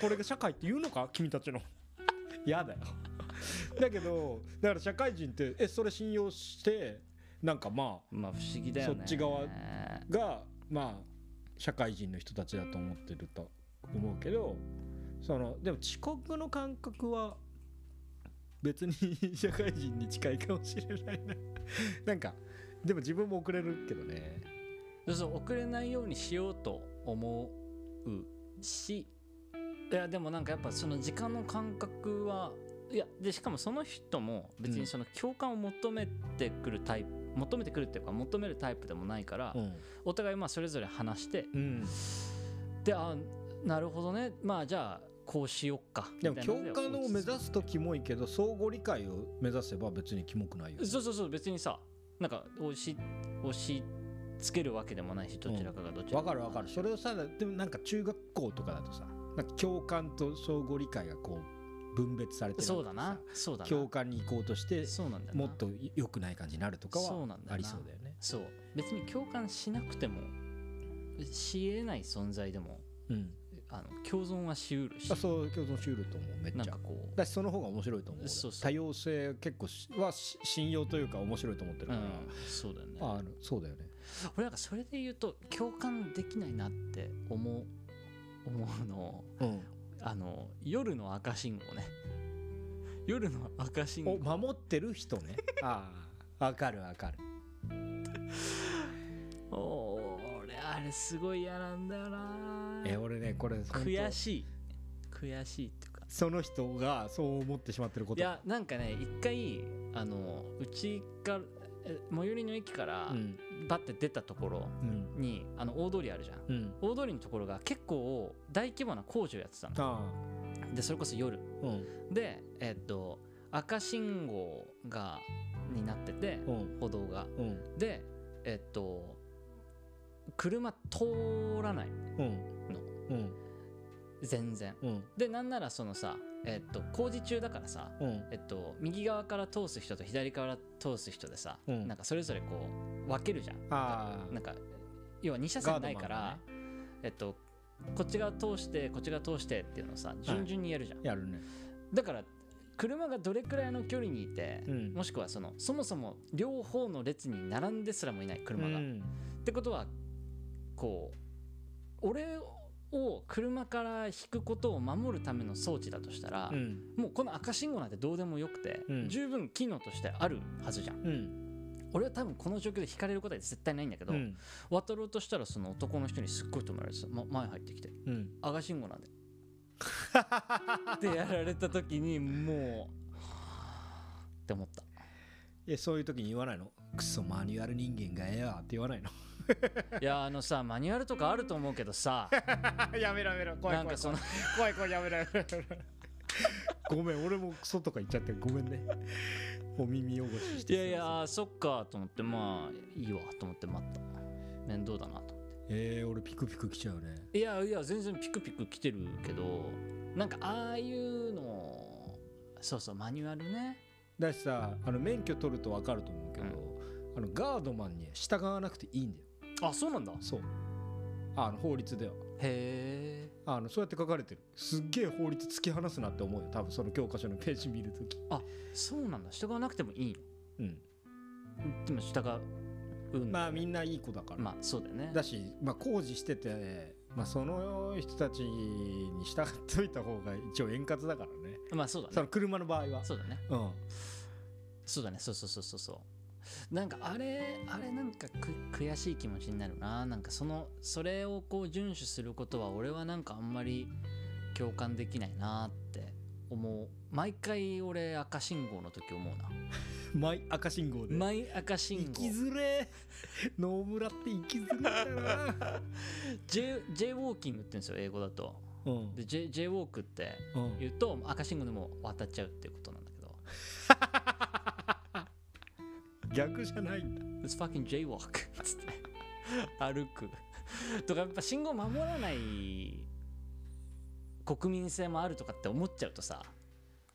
これが社会って言うのか君たち の嫌だよだけどだから社会人ってえそれ信用してなんかままあ不思議だよねそっち側あがまあ社会人の人たちだと思ってると思うけどそのでも遅刻の感覚は別に 社会人に近いかもしれないななんかでも自分も遅れるけどねそうそう遅れないようにしようと思うしいやでもなんかやっぱその時間の感覚はいやでしかもその人も別うにんその共感を求めてくるタイプ、求めてくるっていうか求めるタイプでもないから、ん、お互いまあそれぞれ話してうん、であなるほどねまあじゃあこうしよっかでみもたいな共感を目指すすとキモいけど相互理解を目指せば別にキモくないよそうそうそう別にさなんか押し押し付けるわけでもないしどちらかがどちらわかるわかるそれをさでもなんか中学校とかだとさなんか共感と相互理解がこう分別されてるそうかだらなさそうだな共感に行こうとしてそうなんだよなもっと良くない感じになるとかそはうなんだよなありそうだよねそう別に共感しなくてもし得ない存在でもうんあの共存はしうるしあそう共存しうると思うめっなんちゃかこうだしその方が面白いと思うそうそう多様性結構しはし信用というか面白いと思ってるうから、んそうだよねああのそうだよね俺なんかそれで言うと共感できないなって思う思うのうあの夜の赤信号ね夜の赤信号お守ってる人ねああわかるわかるおー俺あれすごい嫌なんだよなえ俺ねこれ悔いしい悔しいっていうかその人がそう思ってしまってるこいとやなんかね一回あのうちからえ最寄りの駅からうんバッて出たところうんにあの大通りあるじゃんうん大通りのところが結構大規模な工事をやってたのあでそれこそ夜あうんでえっと赤信号がになっててうん歩道がうんでえっと車通らないうんのうん全然うんでなんならそのさえっと工事中だからさうんえっと、右側から通す人と左から通す人でさ、うんなんかそれぞれこう分けるじゃんああなんか要は2車線ないからガ、えっと、こっち側通してこっち側通してっていうのをさ順々にやるじゃん、やるねだから車がどれくらいの距離にいて、うんもしくはそのそもそも両方の列に並んですらもいない車が、うっんてことはこう俺を車から引くことを守るための装置だとしたら、うんもうこの赤信号なんてどうでもよくて、うん十分機能としてあるはずじゃんうん俺は多分この状況で引かれることは絶対ないんだけど、うん渡ろうとしたらその男の人にすっごい止められてた、ま、前入ってきてうん赤信 号なんでってやられた時にもうはぁって思ったえそういう時に言わないのクソマニュアル人間がええわって言わないのいやあのさマニュアルとかあると思うけどさ やめろやめろ怖なんかその怖い怖いやめろやめろ ごめん俺もクソとか言っちゃってごめんねお耳汚しし いてやいやそっかと思ってまあいいわと思って待った面倒だなとえー、俺ピクピク来ちゃうねいやいや全然ピクピク来てるけどなんかああいうのそうそうマニュアルねだしさあの免許取ると分かると思うけど、あのガードマンに従わなくていいんだよあそうなんだへそうあの法律ではえあのそうやって書かれてるすっげえ法律突き放すなって思うよ多分その教科書のページ見るときそうなんだ従わなくてもいいうんのでも従うんだまあみんないい子だから、まあそうだよねだし、まあ、工事してて、まあ、その人たちに従っといた方が一応円滑だからねまあそうそだのね車の場合はそうだねうんそうだねそうそうそうそうそうなんかあれあれなんかく悔しい気持ちになるななんかそのそれをこう遵守することは俺はなんかあんまり共感できないなって思う毎回俺赤信号の時思うなマイ赤信号でマイ赤信行号きづれえ野村って行きづれえんだよ な J, J ウォーキングって言うんですよ英語だとうんで J, J ウォークってうん言うと赤信号でも渡っちゃうっていうことなんだけど逆じゃないんだ It's fucking J walk つって歩くとかやっぱ信号守らない国民性もあるとかって思っちゃうとさ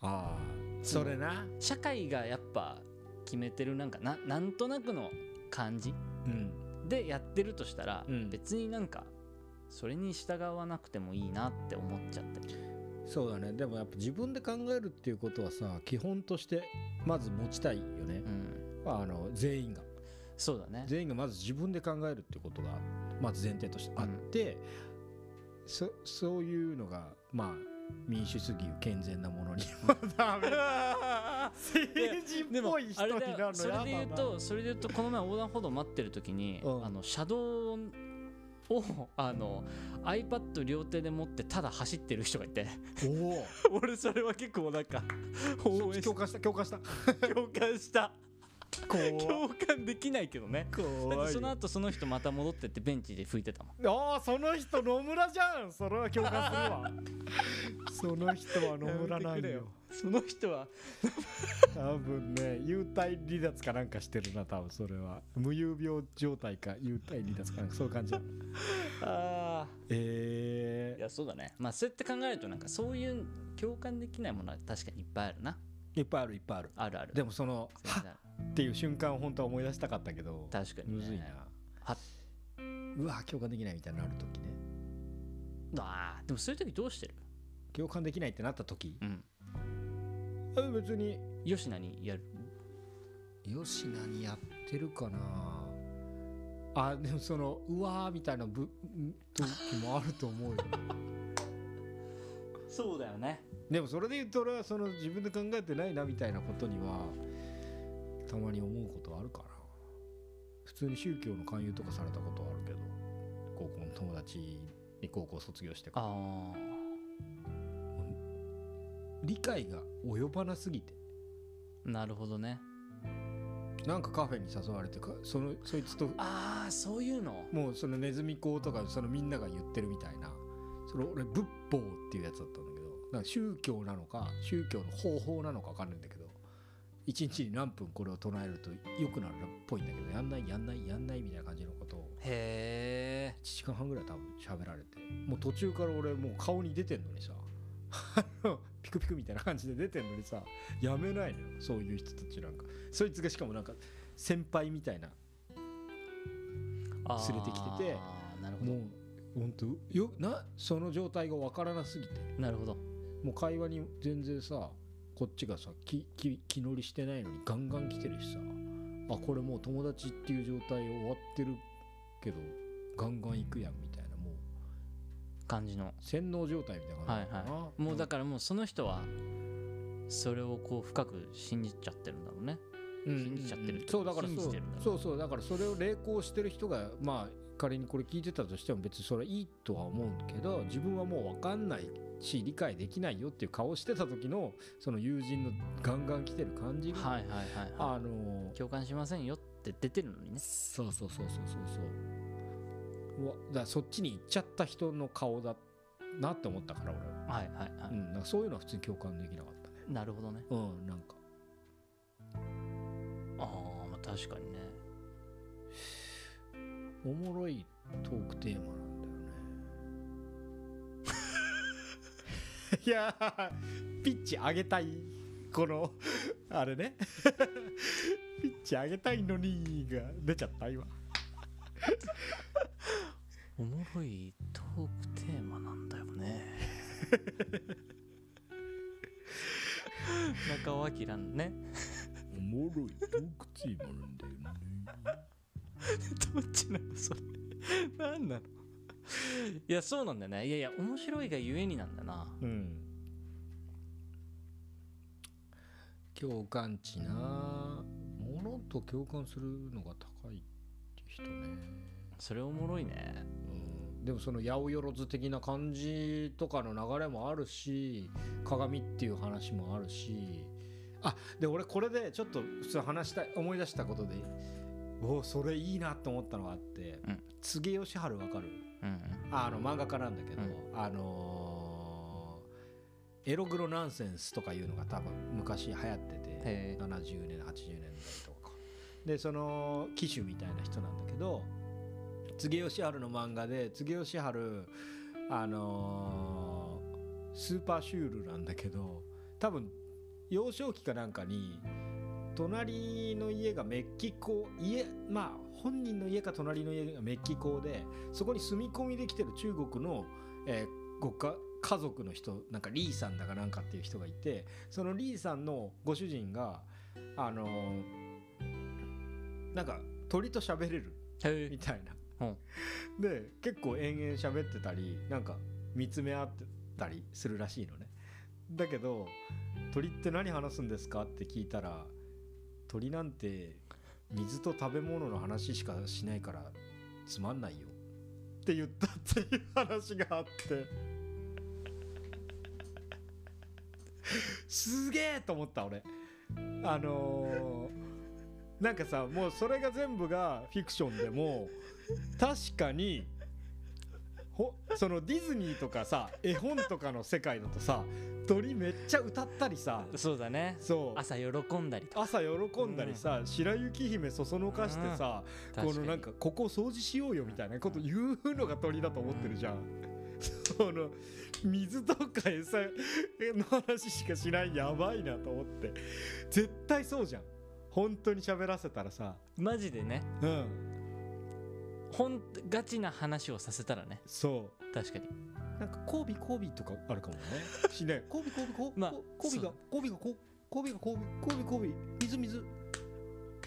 ああそれな社会がやっぱ決めてるなんかななんとなくの感じうんでやってるとしたら、うん別になんかそれに従わなくてもいいなって思っちゃってるそうだねでもやっぱ自分で考えるっていうことはさ基本としてまず持ちたいよねう、んあの全員がそう だね全員がまず自分で考えるってことがまず前提としてあって、そそういうのがまあ民主主義を健全なものに ダメ政治っでもぽい人あれにだなるのやよそれで言うだなとそれで言うとこの前横断歩道待ってる時に、うんあの車道をあの iPad 両手で持ってただ走ってる人がいておお 俺それは結構なんか 応援し強化した強化した共感した怖共感できないけどねだってその後その人また戻ってってベンチで拭いてたもんああその人野村じゃんそれは共感す るわその人は野村なやんめてくれよその人は多分ね幽体離脱かなんかしてるな多分それは無遊病状態か幽体離脱かなんかそういう感じだあええいやそうだねまあそうやって考えるとなんかそういう共感できないものは確かにいっぱいあるないっぱいあるいっぱいあるあるあるでもその全然あるっていう瞬間を本当は思い出したかったけど確かにねむずいなはうわ共感できないみたいになる時ねあーでもそういう時どうしてる共感できないってなった時うんあ別によしなにやるよし何やってるかなあでもそのうわーみたいなぶん時もあると思うよそうだよねでもそれで言うと俺はその自分で考えてないなみたいなことにはたまに思うことはあるかな普通に宗教の勧誘とかされたことはあるけど高校の友達に高校卒業してからあ理解が及ばなすぎてあなるほどねなんかカフェに誘われてかそのそいつとああそういうのもうそのネズミ講とかそのみんなが言ってるみたいなそれ俺仏法っていうやつだったんだけどなんか宗教なのか宗教の方法なのか分かんないんだけど一日に何分これを唱えると良くなるっぽいんだけどやんないやんないやんないみたいな感じのことをへえ1時間半ぐらい多分喋られてもう途中から俺もう顔に出てんのにさ ピクピクみたいな感じで出てんのにさやめないのよそういう人たちなんかそいつがしかもなんか先輩みたいな連れてきててなるほもう本当よなその状態が分からなすぎてどなるほどもう会話に全然さこっちがさ気気気乗りしてないのにガンガン来てるしさあこれもう友達っていう状態終わってるけどガンガン行くやんみたいなもう感じの洗脳状態みたいなは感いじなのかな、はいもうだからもうその人はそれをこう深く信じちゃってるんだろうねうん信じちゃってるってことそうだから信そじうてるんだそうそうだからそれを励行してる人がまあ仮にこれ聞いてたとしても別にそれはいいとは思うけど自分はもう分かんないし理解できないよっていう顔してた時のその友人のガンガン来てる感じが、はいはいはいはあのい共感しませんよって出てるのにねそうそうそうそうそうそううわだからそっちに行っちゃった人の顔だなって思ったから俺は、はいはいはうん、なんかそういうのは普通に共感できなかったねいなるほどねうんなんかああまあ確かにねおもろいトークテーマなんだよねいやーピッチ上げたいこのあれね ピッチ上げたいのにーが出ちゃった今おもろいトークテーマなんだよね 中尾明ねおもろい洞窟今なんだよねどっちなのそれ何なのいやそうなんだよねいやいや面白いがゆえになんだなうん共感値なものと共感するのが高いって人ねそれおもろいねうんでもその八百万的な感じとかの流れもあるし鏡っていう話もあるしあで俺これでちょっと普通話したい思い出したことでおおそれいいなと思ったのがあって、うん柘植義治わかるうんああの漫画家なんだけど、うあのーエログロナンセンスとかいうのが多分昔流行っててへえ70年80年代とかでその騎手みたいな人なんだけど柘植義治の漫画で柘植義治あのースーパーシュールなんだけど多分幼少期かなんかに隣の家がメッキ校家まあ本人の家か隣の家がメッキ校でそこに住み込みできてる中国の、えーご家家族の人なんかリーさんだかなんかっていう人がいてそのリーさんのご主人があのーなんか鳥と喋れるへえみたいな、で結構延々喋ってたりなんか見つめ合ってったりするらしいのねだけど鳥って何話すんですかって聞いたら鳥なんて水と食べ物の話しかしないからつまんないよって言ったっていう話があってすげえと思った俺あのーなんかさもうそれが全部がフィクションでも確かにほそのディズニーとかさ絵本とかの世界だとさ鳥めっちゃ歌ったりさそうだねそう朝喜んだりと朝喜んだりさ、白雪姫そそのかしてさ、確こかのになんかここ掃除しようよみたいなこと言うのが鳥だと思ってるじゃん、その水とか餌の話しかしないやばいなと思って絶対そうじゃん本当に喋らせたらさマジでねうんほんガチな話をさせたらねそ確かにうなんか交尾交尾とかあるかもねし ね交尾交尾交尾、まあ交尾が交尾がこ交尾が交尾交尾交尾水水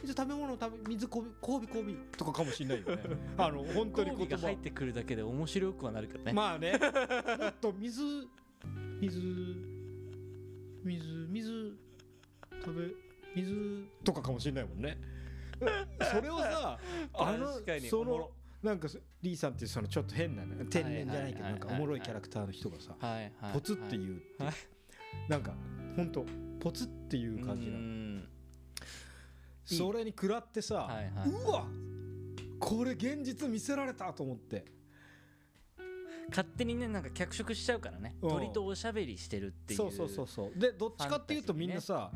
水食べ物を食べ水交尾交尾交尾とかかもしれない よねあの本当交に尾言が葉入ってくるだけで面白くはなるけどね、ま あねもっと水水水水食べ水とかかもしれないもん ねそれをさあの確かにそおものろなんかリーさんっていうそのちょっと変なね天然じゃないけどはいはいはいはいなんかおもろいキャラクターの人がさはいはいポツっていうっていうはなんかほんとポツっていう感じうーのんそれに食らってさはいはいはいうわこれ現実見せられたと思って勝手にねなんか脚色しちゃうからねうん鳥とおしゃべりしてるっていうそうそうそうそうでどっちかっていうとファンタジーねみんなさ、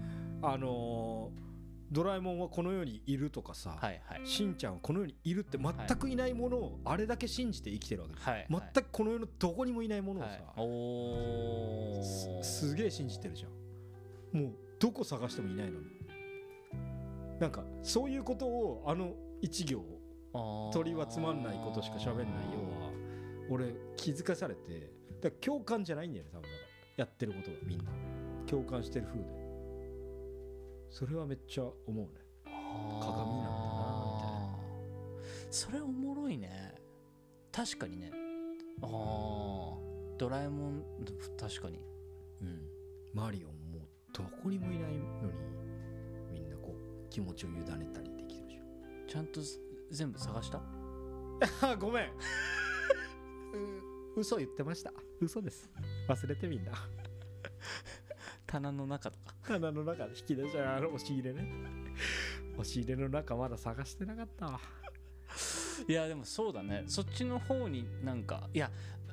あのードラえもんはこの世にいる」とかさ、はいはいしんちゃんはこの世にいる」って全くいないものをあれだけ信じて生きてるわけです、はい全くこの世のどこにもいないものをはさい、おーすすげえ信じてるじゃんもうどこ探してもいないのになんかそういうことをあの一行あー鳥はつまんないことしか喋んないようは俺気づかされてだから共感じゃないんだよね多分だからやってることがみんな共感してる風でそれはめっちゃ思うね鏡なんだなみたいなあーそれおもろいね確かにねあードラえもん確かにうんマリオンもうどこにもいないのにみんなこう気持ちを委ねたりできるでしちゃんとす全部探したょごめん 嘘言ってました嘘です忘れてみんな 棚の中とか棚の中で引き出しあの押し入れね押し入れの中まだ探してなかったわいやでもそうだねそっちの方になんかいや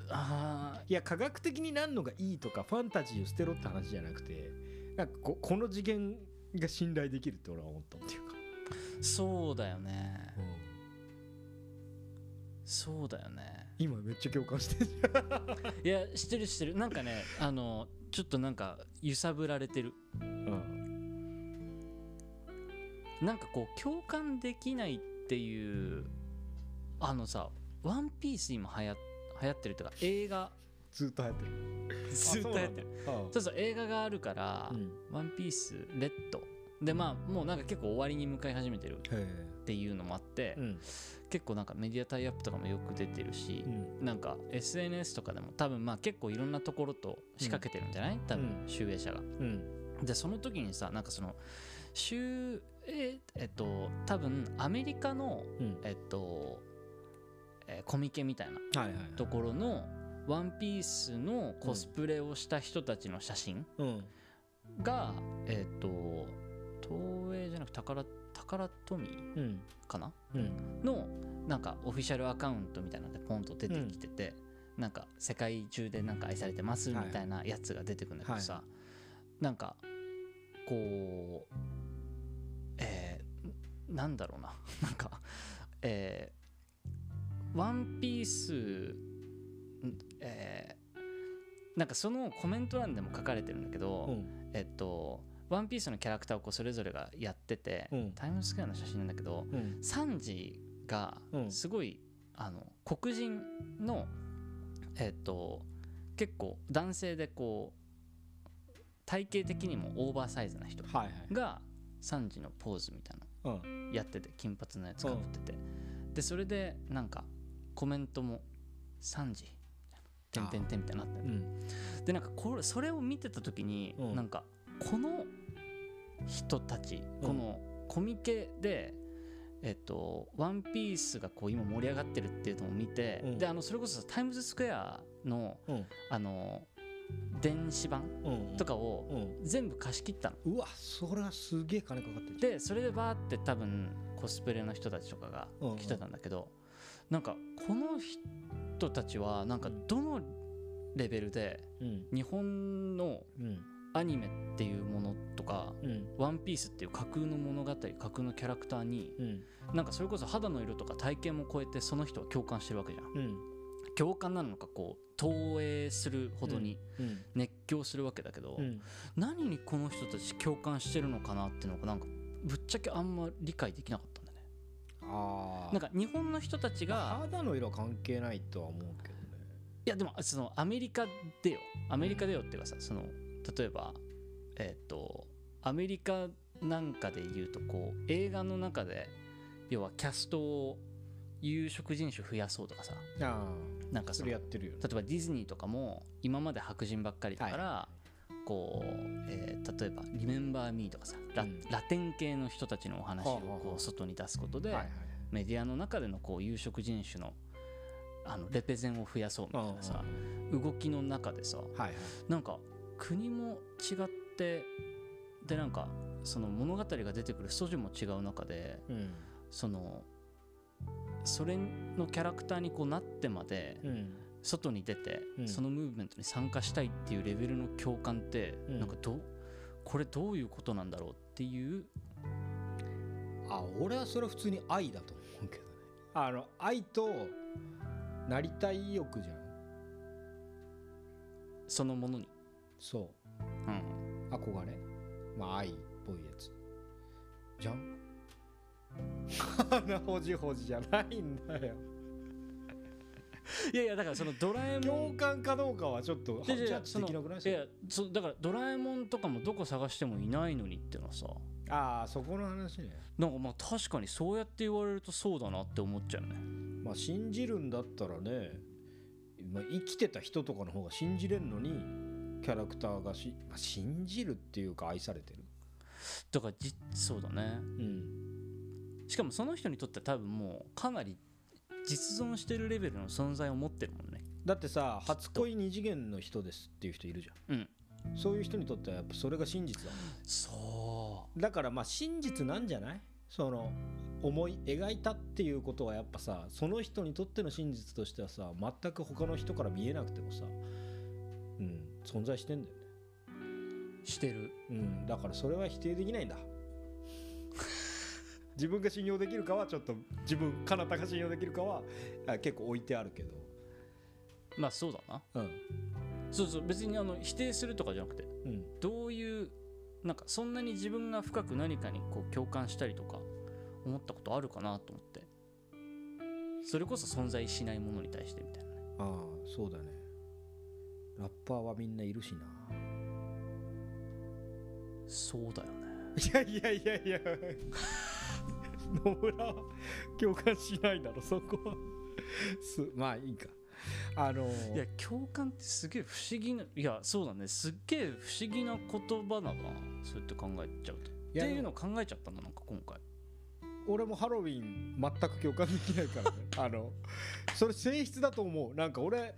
あいや科学的になんのがいいとかファンタジーを捨てろって話じゃなくてなんかここの次元が信頼できるって俺は思ったっていうか、ーそうだよねそうだよね今めっちゃ共感してるいや知ってる知ってるなんかねあのちょっとなんか揺さぶられてるなんかこう共感できないっていうあのさ「ワンピース今流行流行ってるとか映画ずっと流行ってるずっと流行ってるあそうそう映画があるから「うんワンピースレッドでまあもうなんか結構終わりに向かい始めてるへっていうのもあって、えうん結構なんかメディアタイアップとかもよく出てるし、なんか SNS とかでも多分まあ結構いろんなところと仕掛けてるんじゃない、多分うん集英社が。うんでその時にさなんかその集英えっと多分アメリカのうんえっと、えーコミケみたいなはいはいはいところの「ワンピースのコスプレをした人たちの写真うんが、えっと東映じゃなく宝宝トミーうんかなうんのなんかオフィシャルアカウントみたいなのでポンと出てきてて、なんか世界中でなんか愛されてますみはいたいなやつが出てくるんだけどさ、なんかこうえーなんだろうな なんかえーワンピース」んえーなんかそのコメント欄でも書かれてるんだけど、うんえっと「ワンピースのキャラクターをこうそれぞれがやってて、うんタイムズスクエアの写真なんだけど、うんサンジがうんすごい、あの黒人のえっ、と結構男性でこう体型的にもオーバーサイズな人はいはいがサンジのポーズみたいなうんのやってて金髪のやつかぶってて、でそれでなんかコメントも「サンジてんてんてんみたいになってるうんでなんかこれそれを見てた時に、うんなんかこの人たち、うんこのコミケで「えっと、ワンピースがこう今盛り上がってるっていうのを見て、うんであのそれこそタイムズスクエアのうんあの電子版うんとかをうん全部貸し切ったの。うわそれはすげえ金かかってるでそれでバーって多分コスプレの人たちとかが来てたんだけど、なんかこの人たちはなんかどのレベルでうん日本のうんアニメっていうものとかうん「ワンピースっていう架空の物語架空のキャラクターにうんなんかそれこそ肌の色とか体型も超えてその人は共感してるわけじゃんうん共感なのかこう投影するほどにうん熱狂するわけだけど、うん何にこの人たち共感してるのかなっていうのがなんかぶっちゃけあんま理解できなかったんだねああなんか日本の人たちが肌の色関係ないとは思うけどねいやでもそのアメリカでよアメリカでよっていうかさその例えばえっ、とアメリカなんかで言うとこう映画の中で要はキャストを有色人種増やそうとかさあなんかあそそのれ例やってるよねえばディズニーとかも今まで白人ばっかりだから、こう、えー例えば「リメンバー・ミー」とかさラ,、うんラテン系の人たちのお話をはあはあこはあう外に出すことで、はいはいメディアの中でのこう有色人種のあのレペゼンを増やそうみたいなさ動きの中でさはいはいなんか国も違ってでなんかその物語が出てくる素地も違う中でうんそのそれのキャラクターにこうなってまでうん外に出て、うんそのムーブメントに参加したいっていうレベルの共感って、うんなんかどうこれどういうことなんだろうっていうあ俺はそれは普通に愛だと思うけどねあの愛となりたい欲じゃんそのものに、そうん、う憧れまあ愛っぽいやつじゃ ん鼻ほじほじじゃないんだよいやいやだからそのドラえもん共感かどうかはちょっとジいやいやャッジそでのきなくないいやそうだからドラえもんとかもどこ探してもいないのにっていうのはさああそこの話ねなんかまあ確かにそうやって言われるとそうだなって思っちゃうねまあ信じるんだったらね、まあ、生きてた人とかの方が信じれるのにキャラクターがし、まあ、信じるっていうか愛されてるだからじそうだねうんしかもその人にとっては多分もうかなり実存してるレベルの存在を持ってるもんねだってさ初恋二次元の人ですっていう人いるじゃうんんそういう人にとってはやっぱそれが真実だもんそだからまあ真実なんじゃないその思い描いたっていうことはやっぱさその人にとっての真実としてはさ全く他の人から見えなくてもさうん存在してんだよねうしてるうん、だからそれは否定できないんだ 自分が信用できるかはちょっと自分彼方が信用できるかはあ結構置いてあるけどまあそうだなうんそうそう別にあの否定するとかじゃなくてうんどういうなんかそんなに自分が深く何かにこう共感したりとか思ったことあるかなと思ってそれこそ存在しないものに対してみたいなねああそうだねラッパーはみんないるしなそうだよねいやいやいやいや野村は共感しないだろそこはすまあいいかあのーいや共感ってすげえ不思議ないやそうだねすっげえ不思議な言葉だなそうやって考えちゃうとやっていうのを考えちゃったんだなんか今回俺もハロウィン全く共感できないから ねあのそれ性質だと思うなんか俺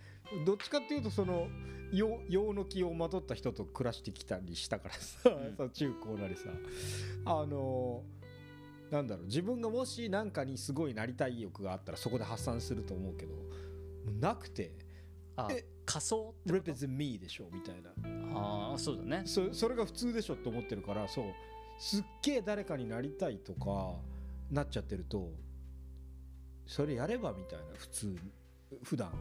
どっちかっていうとその洋洋の気をまとった人と暮らしてきたりしたからさ、うんその中高なりさあのなんだろう自分がもし何かにすごいなりたい意欲があったらそこで発散すると思うけどなくてあえ仮想「represent me」でしょみたいなああそうだねそそれが普通でしょって思ってるからそうすっげえ誰かになりたいとかなっちゃってるとそれやればみたいな普通に普段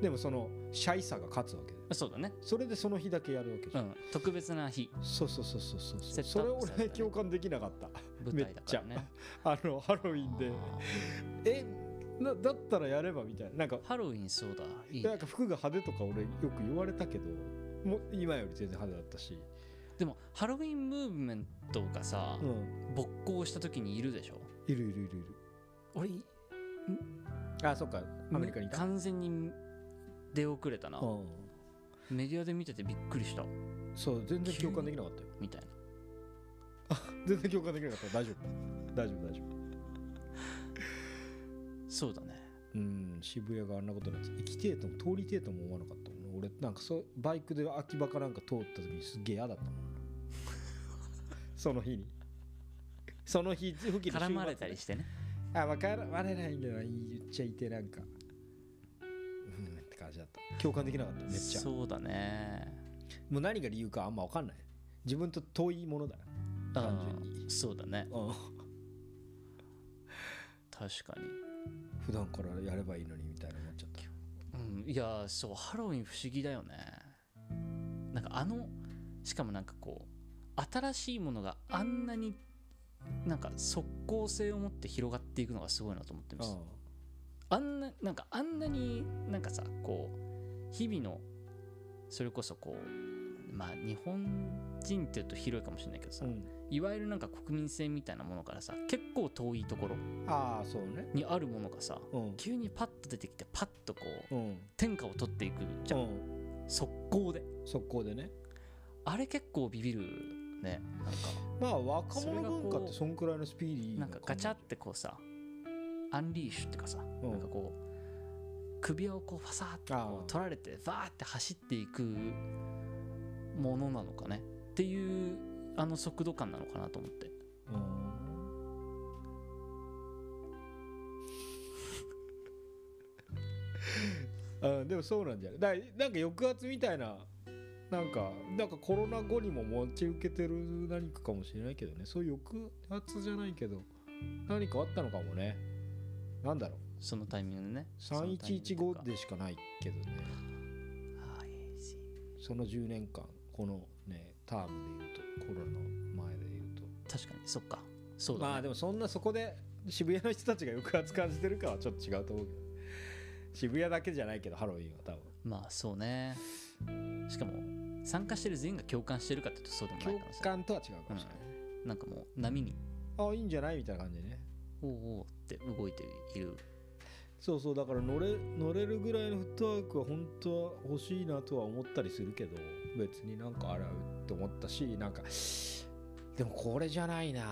でもそのシャイさが勝つわけでそうだねそれでその日だけやるわけじうゃん、ん特別な日そうそうそうそうそうそうセそッれトアップされたね俺共感できなかった 舞めっ台だかちゃらねあのハロウィンであえなだったらやればみたいななんかーハロウィンそうだいいねなんか服が派手とか俺よく言われたけどもう今より全然派手だったし、でもハロウィンムーブメントがさ、うん、勃興した時にいるでしょいるいるいるいる俺あそっかアメリカに行った完全に出遅れたなうんメディアで見ててびっくりしたそう全然共感できなかったよみたいな全然共感できなかった大丈夫大丈夫大丈夫そうだねうん渋谷があんなことになって生きてえとも通りてえとも思わなかったもん俺なんかそうバイクで秋葉かなんか通った時にすっげえ嫌だ ったもんその日にその日付近の週末絡まれたりしてねあ、まあ、絡まれないんだよな言っちゃいてなんかうんって感じだった共感できなかっためっちゃそうだねもう何が理由かあんま分かんない自分と遠いものだ単純にうんそうだねうん確かに 普段からやればいいのにみたいな思っちゃったうん、いやーそうハロウィン不思議だよねなんかあのしかもなんかこう新しいものがあんなになんか即効性を持って広がっていくのがすごいなと思ってますあんななんかあんなになんかさこう日々のそれこそこうまあ日本人っていうと広いかもしれないけどさ、うんいわゆるなんか国民性みたいなものからさ結構遠いところああそうねにあるものがさうん急にパッと出てきてパッとこううん天下を取っていくじゃんうん速攻で速攻でねあれ結構ビビるねなんかまあ若それ者がこう文化ってそんくらいのスピーディーなんかガチャってこうさアンリーシュってかさ、んなんかこう首輪をこうファサーってこあーう取られてバーって走っていくものなのかねっていうあの速度感なのかなと思ってうん うんでもそうなんじゃないだからなんか抑圧みたいななんかなんかコロナ後にも持ち受けてる何かかもしれないけどねそういう抑圧じゃないけど何かあったのかもねなんだろうそのタイミングでね3115でしかないけどねはいその10年間このねタームで言うとコロナの前で言うと確かにそっかそうだ、ねまあでもそんなそこで渋谷の人たちが抑圧感じてるかはちょっと違うと思うけど渋谷だけじゃないけどハロウィンは多分まあそうねしかも参加してる全員が共感してるかっていうとそうでもない共からさ感とは違うかもしれなんかもう波なにい、あいいんじゃないみたいな感じでねおうおうって動いているそうそうだから乗れ乗れるぐらいのフットワークは本当は欲しいなとは思ったりするけど別になんか洗うって思ったしなんかでもこれじゃないな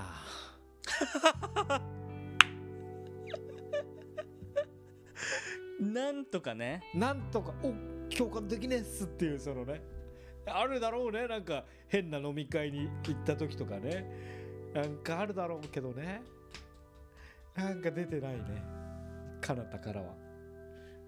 なんとかねなんとかお共感できねえっすっていうそのねあるだろうねなんか変な飲み会に行った時とかねなんかあるだろうけどねなんか出てないね彼方からは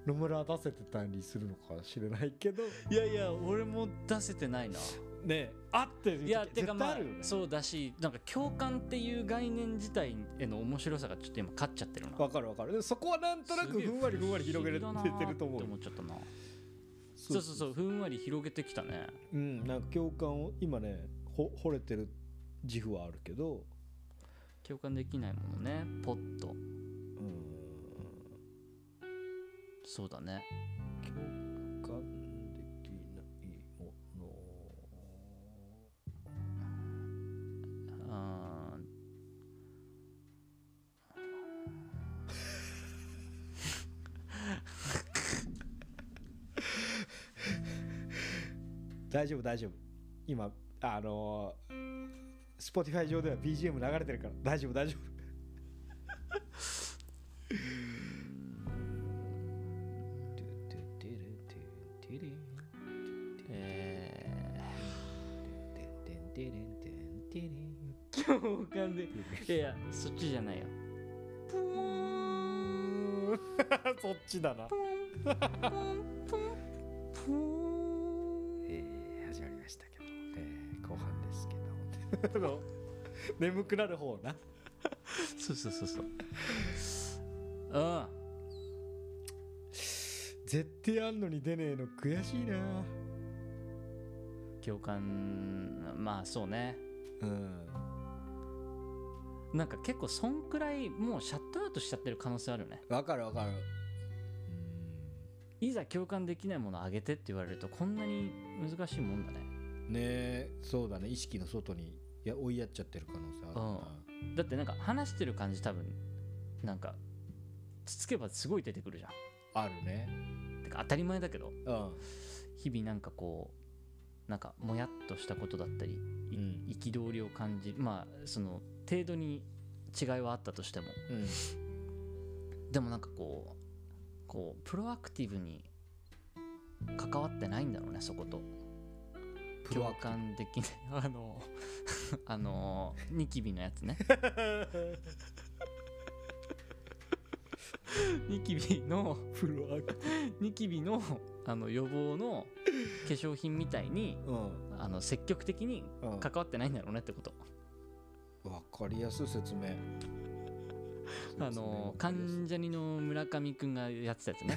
野村は出せてたりするのかもしれないけどいやいや俺も出せてないなねあっていやてかまあ絶対るよねそうだしなんか共感っていう概念自体への面白さがちょっと今勝っちゃってるなわかるわかるでそこはなんとなくふんわりふんわり広げられてると思う不思議だなって思っちゃったなそうそうそうふんわり広げてきたねうんなんか共感を今ねほ惚れてる自負はあるけど共感できないものねポッとうんそうだね共感できないものあー大丈夫大丈夫今あのー Spotify 上では BGM 流れてるから大丈夫大丈夫えー、共感でいやいやそっちじゃないよ そっち だなえー始まりましたけど、えー後半ですけど あの眠くなる方なそうそうそうそう。うん。絶対あんのに出ねえの悔しいな共感、まあそうね。うんなんか結構そんくらいもうシャットアウトしちゃってる可能性あるよね。わかるわかるいざ共感できないものあげてって言われるとこんなに難しいもんだね。ねえそうだね意識の外にいや追いやっちゃってる可能性あるだってなんか話してる感じ多分、なんか、つつけばすごい出てくるじゃん。なあるねてか当たり前だけどうん日々なんかこうなんかもやっとしたことだったりいうん憤、りを感じまあその程度に違いはあったとしてもうんでもなんかこうこうプロアクティブに関わってないんだろうねそことプロア共クティ感できない あのあのニキビのや つねニキビのブプロアク ニキビのあの予防の化粧品みたいに うんあの積極的にうん関わってないんだろうねってこと、わかりやすい説明あの 関ジャニの村上くんがやってたやつね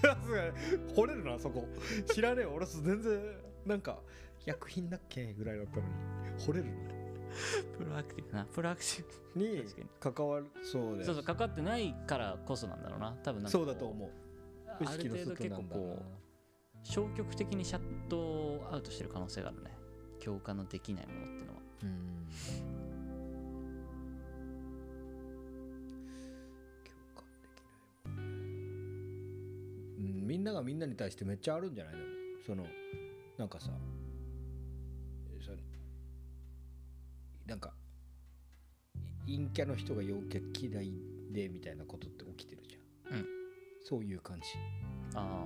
惚れるなそこ知らねえ俺全然なんか薬品だっけぐらいだったのに惚れるプロアクティブなプロアクティブに確かに関わるそうですそうそう関わってないからこそなんだろうな多分なんかこそうだと思うあ意あ識るの程度外結な構んだなこう消極的にシャットアウトしてる可能性があるね共感のできないものっていうのはうんうんみんながみんなに対してめっちゃあるんじゃないでもそのなんかさそのなんかい陰キャの人が陽キャ嫌いでみたいなことって起きてるじゃん、うんそういう感じあ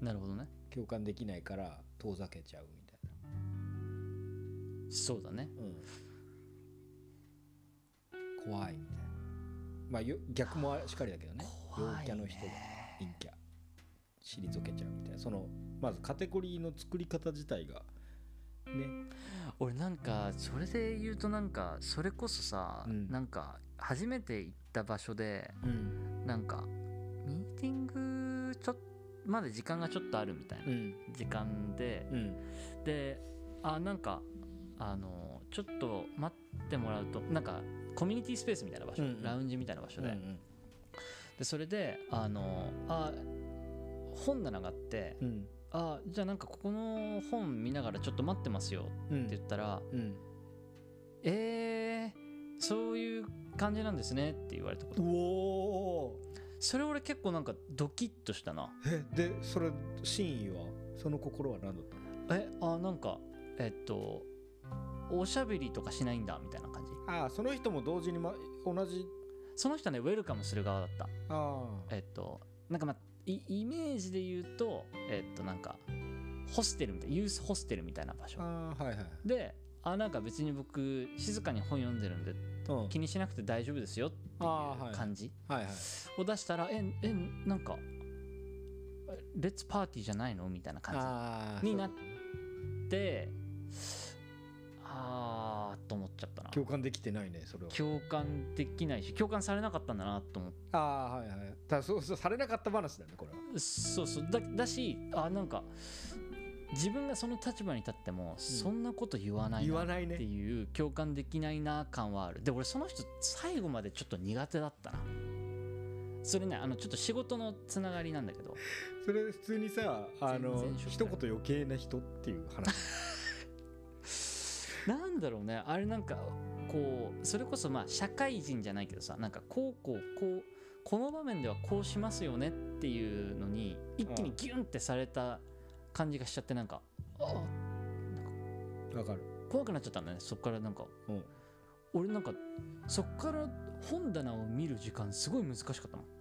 あなるほどね共感できないから遠ざけちゃうみたいそうだねな、うん、怖いみたいなまあよ逆もあしかりだけどね怖いね陽キャの人が陰キャ退けちゃうみたいなそのまずカテゴリーの作り方自体がね俺なんかそれで言うとなんかそれこそさ、うんなんか初めて行った場所でうんなんかミーティングちょっまで時間がちょっとあるみたいな、うん時間でうんであなんかあのちょっと待ってもらうとなんかコミュニティスペースみたいな場所、うんうんラウンジみたいな場所で,、うんでそれであのあ本棚があってうんあじゃあなんかここの本見ながらちょっと待ってますようって言んったら、うんえー、そういう感じなんですねって言われたことうおそれ俺結構なんかドキッとしたなーえでそれ真意はその心は何だったのえあなんかえっとおしゃべりとかしないんだみたいな感じああその人も同時に、ま、同じその人はねウェルカムする側だったああえっとなんかまあイイメージで言うとえっとなんかホステルみたいユースホステルみたいな場所ああはいはいであなんか別に僕静かに本読んでるんでうん気にしなくて大丈夫ですよっていああはうい感じはいはいを出したら「ええなんかえレッツパーティーじゃないの?」みたいな感あーになっじであーと思っちゃったな共感できてないねそれは共感できないし共感されなかったんだなと思っああーはいはいたそうそうされなかった話だねこれはてそうそうだだしあなんか自分がその立場に立ってもそんなこと言わない言わなっないねていう共感できないな感はあるで俺その人最後までちょっと苦手だったなそれねあのちょっと仕事のつながりなんだけどそれ普通にさあの全然ショ一ック言余計な人っていう話 なんだろうねあれなんかこうそれこそまあ社会人じゃないけどさなんかこうこうこうこの場面ではこうしますよねっていうのに一気にギュンってされた感じがしちゃってなんかああわかる怖くなっちゃったんだねそっからなんかうん俺なんかそっから本棚を見る時間すごい難しかったもん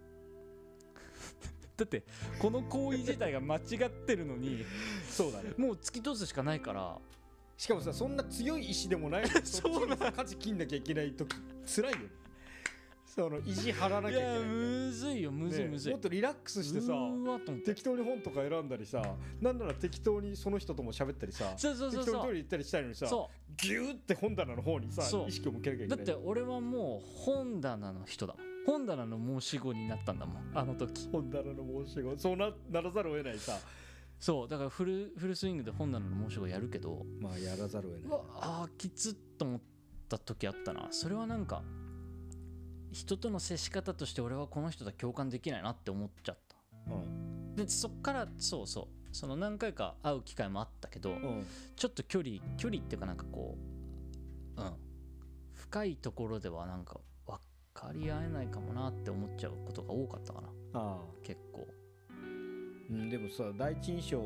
だってこの行為自体が間違ってるのにそうだね もう突き通すしかないからしかもさそんな強い意志でもない そうな価値切んなきゃいけない時辛いよその意地張らなきいゃいけなやいむずいよむずいねむずい、もっとリラックスしてさうーわと思って適当に本とか選んだりさなんなら適当にその人とも喋ったりさそうそうそう適当にそトイうレ行ったりしたいのにさそギューって本棚の方にさそう意識を向けなきゃいうけなだいって俺はもう本棚の人だもん本棚の申し子になったんだもんあの時本棚の申し子そうなならざるを得ないさそうだからフルフルスイングで本棚の申し子やるけどまあやらざるを得うわあーきつっと思った時あったなそれはなんか人との接し方として俺はこの人とは共感できないなって思っちゃったうんでそっからそうそうその何回か会う機会もあったけど、うんちょっと距離距離っていうかなんかこううん深いところではなんか分かり合えないかもなって思っちゃうことが多かったかなああ結構うん、でもさ第一印象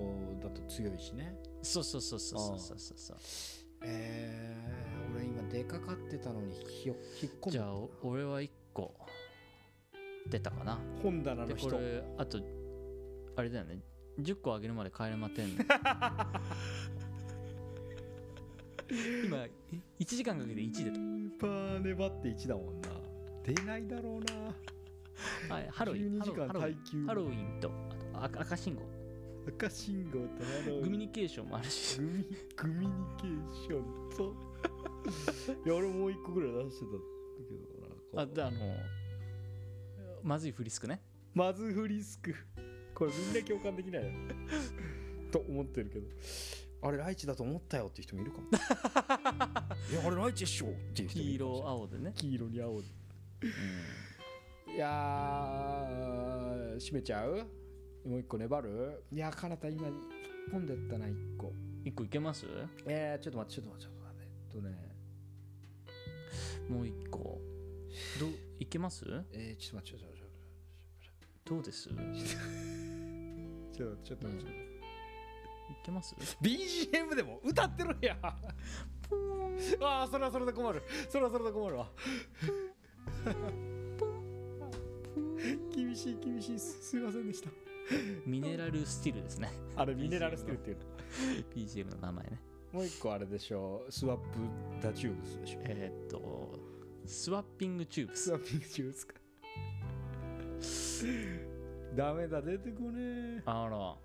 だと強いしねそうそうそうそうそうそうそうえー、俺今出かかってたのにひよ引っ込むじゃあお俺は1個出たかな本棚でのこ人れあとあれだよね10個あげるまで帰れまてん の今1時間かけて1出スーパー粘って1だもんな出ないだろうなた、はい、ハロウィン12ハロ時ウィン間ハロウィ耐ン久ハロウィンとあとあ赤信号赤信号とハロウィングミニケーションもあるしグミグミニケーションと いや俺もう一個ぐらい出してたんだけどなこうあであのまずいフリスクねまずフリスクこれみんな共感できないよ と思ってるけどあれライチだと思ったよっていう人もいるか もいやあれライチでしょっていう人もい黄るかもしれ色ない青でね黄色に青でいやー閉めちゃうもう一個粘るいやーかなた今引っ込んでったな一個1個いけますえー、ちょっと待ってちょっと待ってちょっと待ってえっとねもう1個どういけますえー、ちょっと待ってちょっと待ってどうですいちょっとちょっと待ってちょっと待ってけます BGM でも歌ってるやんああそれはそれで困るそれはそれで困るわ厳しい厳しいすすいませんでしたミネラルスティルですねあれミネラルステルっていうの BGM の名前ねもう一個あれでしょスワップダチューブスでしょえーっとスワッピングチューブススワッピングチューブスかダメだ出てこねえあら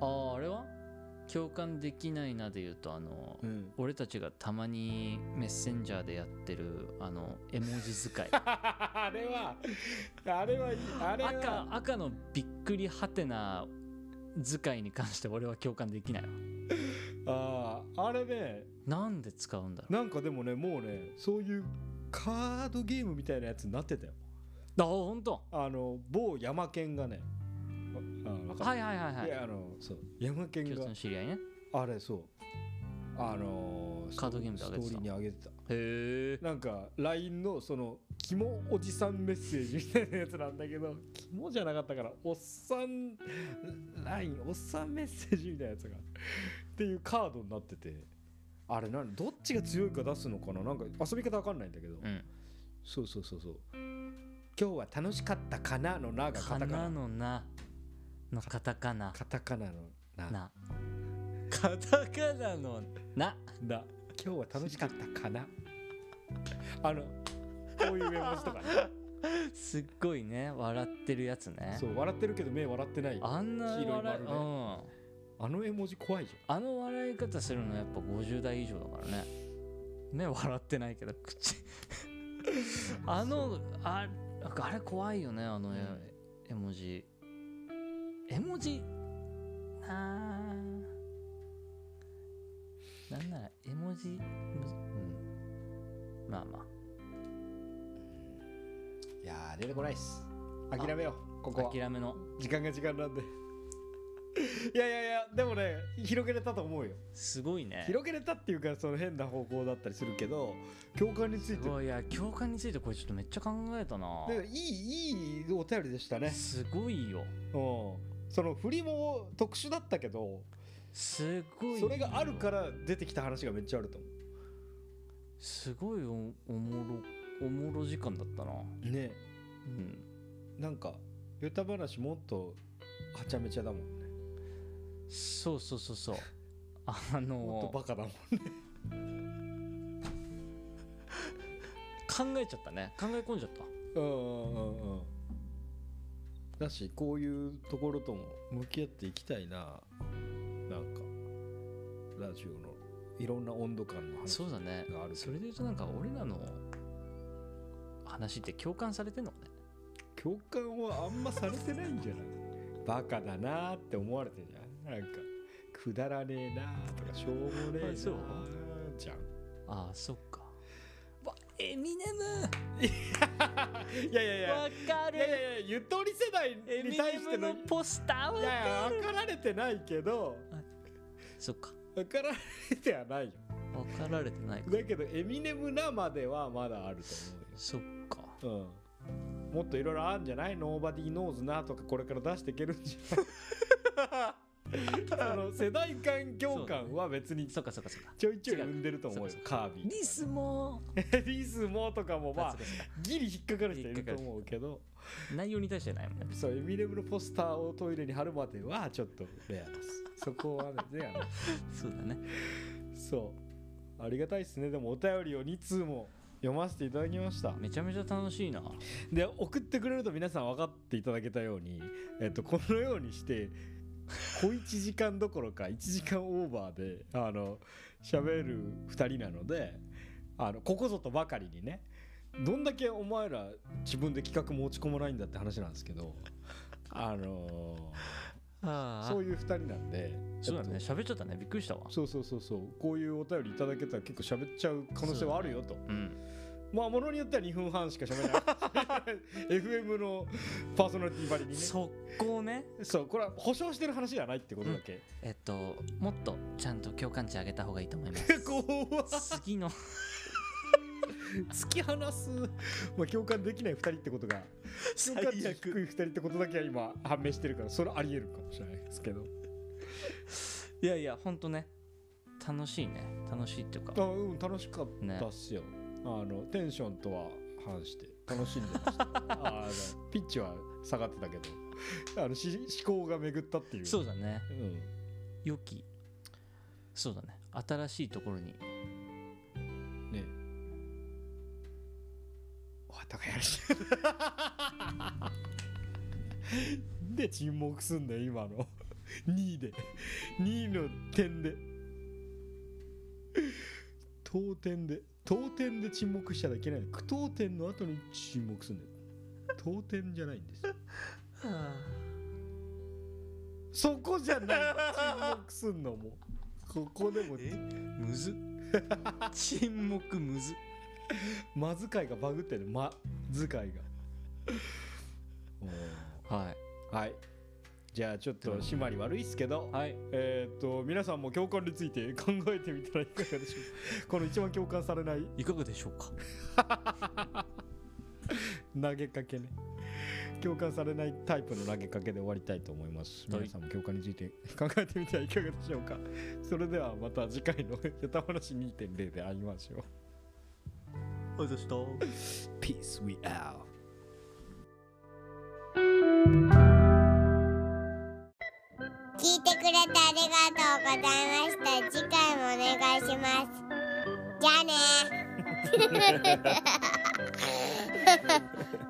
あーあれは共感できないなで言うとあの、ん俺たちがたまにメッセンジャーでやってるあの絵文字使 い あれはあれはいいあれは赤赤のびっくりはてな使いに関して俺は共感できないわあああれねなんで使うんだろうなんかでもねもうねそういうカードゲームみたいなやつになってたよあ本当あの某山県がねああわかるはいはいはいはいいやあのそう山県共が通の知り合いねへあれそうあのカードゲームでス上トげーてたリーに上げてたえなんか LINE のそのキモおじさんメッセージみたいなやつなんだけどキモじゃなかったからおっさん LINE おっさんメッセージみたいなやつがっていうカードになっててあれ何どっちが強いか出すのかななんか遊び方わかんないんだけど、うんそうそうそうそう今日は楽しかったかなのながカかタカなナのなのカタカナカタカナのななカタカナのなだ今日は楽しかったかなあのこういう絵文字とかすっごいね笑ってるやつね そう笑ってるけど目笑ってないあんな黄色い笑い、丸ねうんあの絵文字怖いじあの笑い方するのやっぱ50代以上だからね目笑ってないけど 口あのああれ怖いよねあの絵,、絵文字絵文字なあなんなら絵文字むうんまあまあゃんいやー出てこないっす諦めようここは諦めの時間が時間なんでいやいやいやでもね広げれたと思うよすごいね広げれたっていうかその変な方向だったりするけど共感についすてごいいや共感についてこれちょっとめっちゃ考えたなでいいいいお便りでしたねすごいようんその振りも特殊だったけどすごいそれがあるらから出てきた話がめっちゃあると思すごいおおもろおもろ時間だったなうねうんなんかヨタ話もっとはちゃめちゃだもんねそうそうそうそうあもっとのバカだもん考えちゃったね考え込んじゃったうんうんうんうんだしこういうところとも向き合っていきたいななんかラジオのいろんな温度感の話そうだねがあるけどそれで言うとなんか俺らの話って共感されてんのかね共感はあんまされてないんじゃないバカだなーって思われてんじゃんなんかくだらねえなーとかしょうもねえなあそうーじゃんああそっかわエミネムいやいやいやわかいやいやるいやゆとり世代エミに対ネしてムののポスターいはやいや分かられてないけどそっか分かられてはないよ分かられてないかだけどエミネムなまではまだあるとそっか思うよ、うん、もっといろいろあるんじゃないノーバディーノーズなとかこれから出していけるんじ ゃないその世代間共感は別にそっかそっかそっかちょいちょい生んでると思うよ違うカービィリスも リスもとかもまああそっかそっかギリ引っかかる人いると思うけど内容に対してはないもんねそうエミネムのポスターをトイレに貼るまではちょっとレアですそこはねレアなそうだねそうありがたいですねでもお便りを2通も読ませていただきましためちゃめちゃ楽しいなで送ってくれると皆さん分かっていただけたように、えっと、このようにして小1時間どころか1時間オーバーであの喋る2人なのであのここぞとばかりにねどんだけお前ら自分で企画持ち込まないんだって話なんですけどあのあそういう2人なんでそうだねえっ喋っちゃったねびっくりしたわとそうそうそうそうこういうお便りいただけたら結構喋っちゃう可能性はあるよと。うんまあ、ものによっては2分半しか喋らない。FM のパーソナリティばりにね。速攻ねそう、これは保証してる話じゃないってことだけ。えっともっとちゃんと共感値上げた方がいいと思います怖っ 次の突き放す。まあ、共感できない2人ってことが、共感値低い2人ってことだけは今判明してるから、それあり得るかもしれないですけど。いやいやほんとね楽しいね楽しいっていうあかうん、楽しかったっすよ。あの、テンションとは反して、楽しんでま した。あのピッチは下がってたけど、あのし思考が巡ったっていう。そうだねうん良きそうだね新しいところにねえおはたがやるし で沈黙すんだよ今の2位で2位の点で当点で当点で沈黙しちゃいけない句当点の後に沈黙すんだよ当点じゃないんですそこじゃない沈黙すんのもうここでもむず 沈黙むず間遣いがバグってる間遣いが ははいじゃあちょっと締まり悪いっすけど、いはいえーっと皆さんも共感について考えてみたらいかがでしょう かこの一番共感されないいかがでしょうか投げかけね共感されないタイプの投げかけで終わりたいと思いますはい皆さんも共感について考えてみてはいかがでしょうかそれではまた次回の「やた話2.0」で会いましょうおどうした Peace we out 聞いてくれてありがとうございました次回もお願いしますじゃあね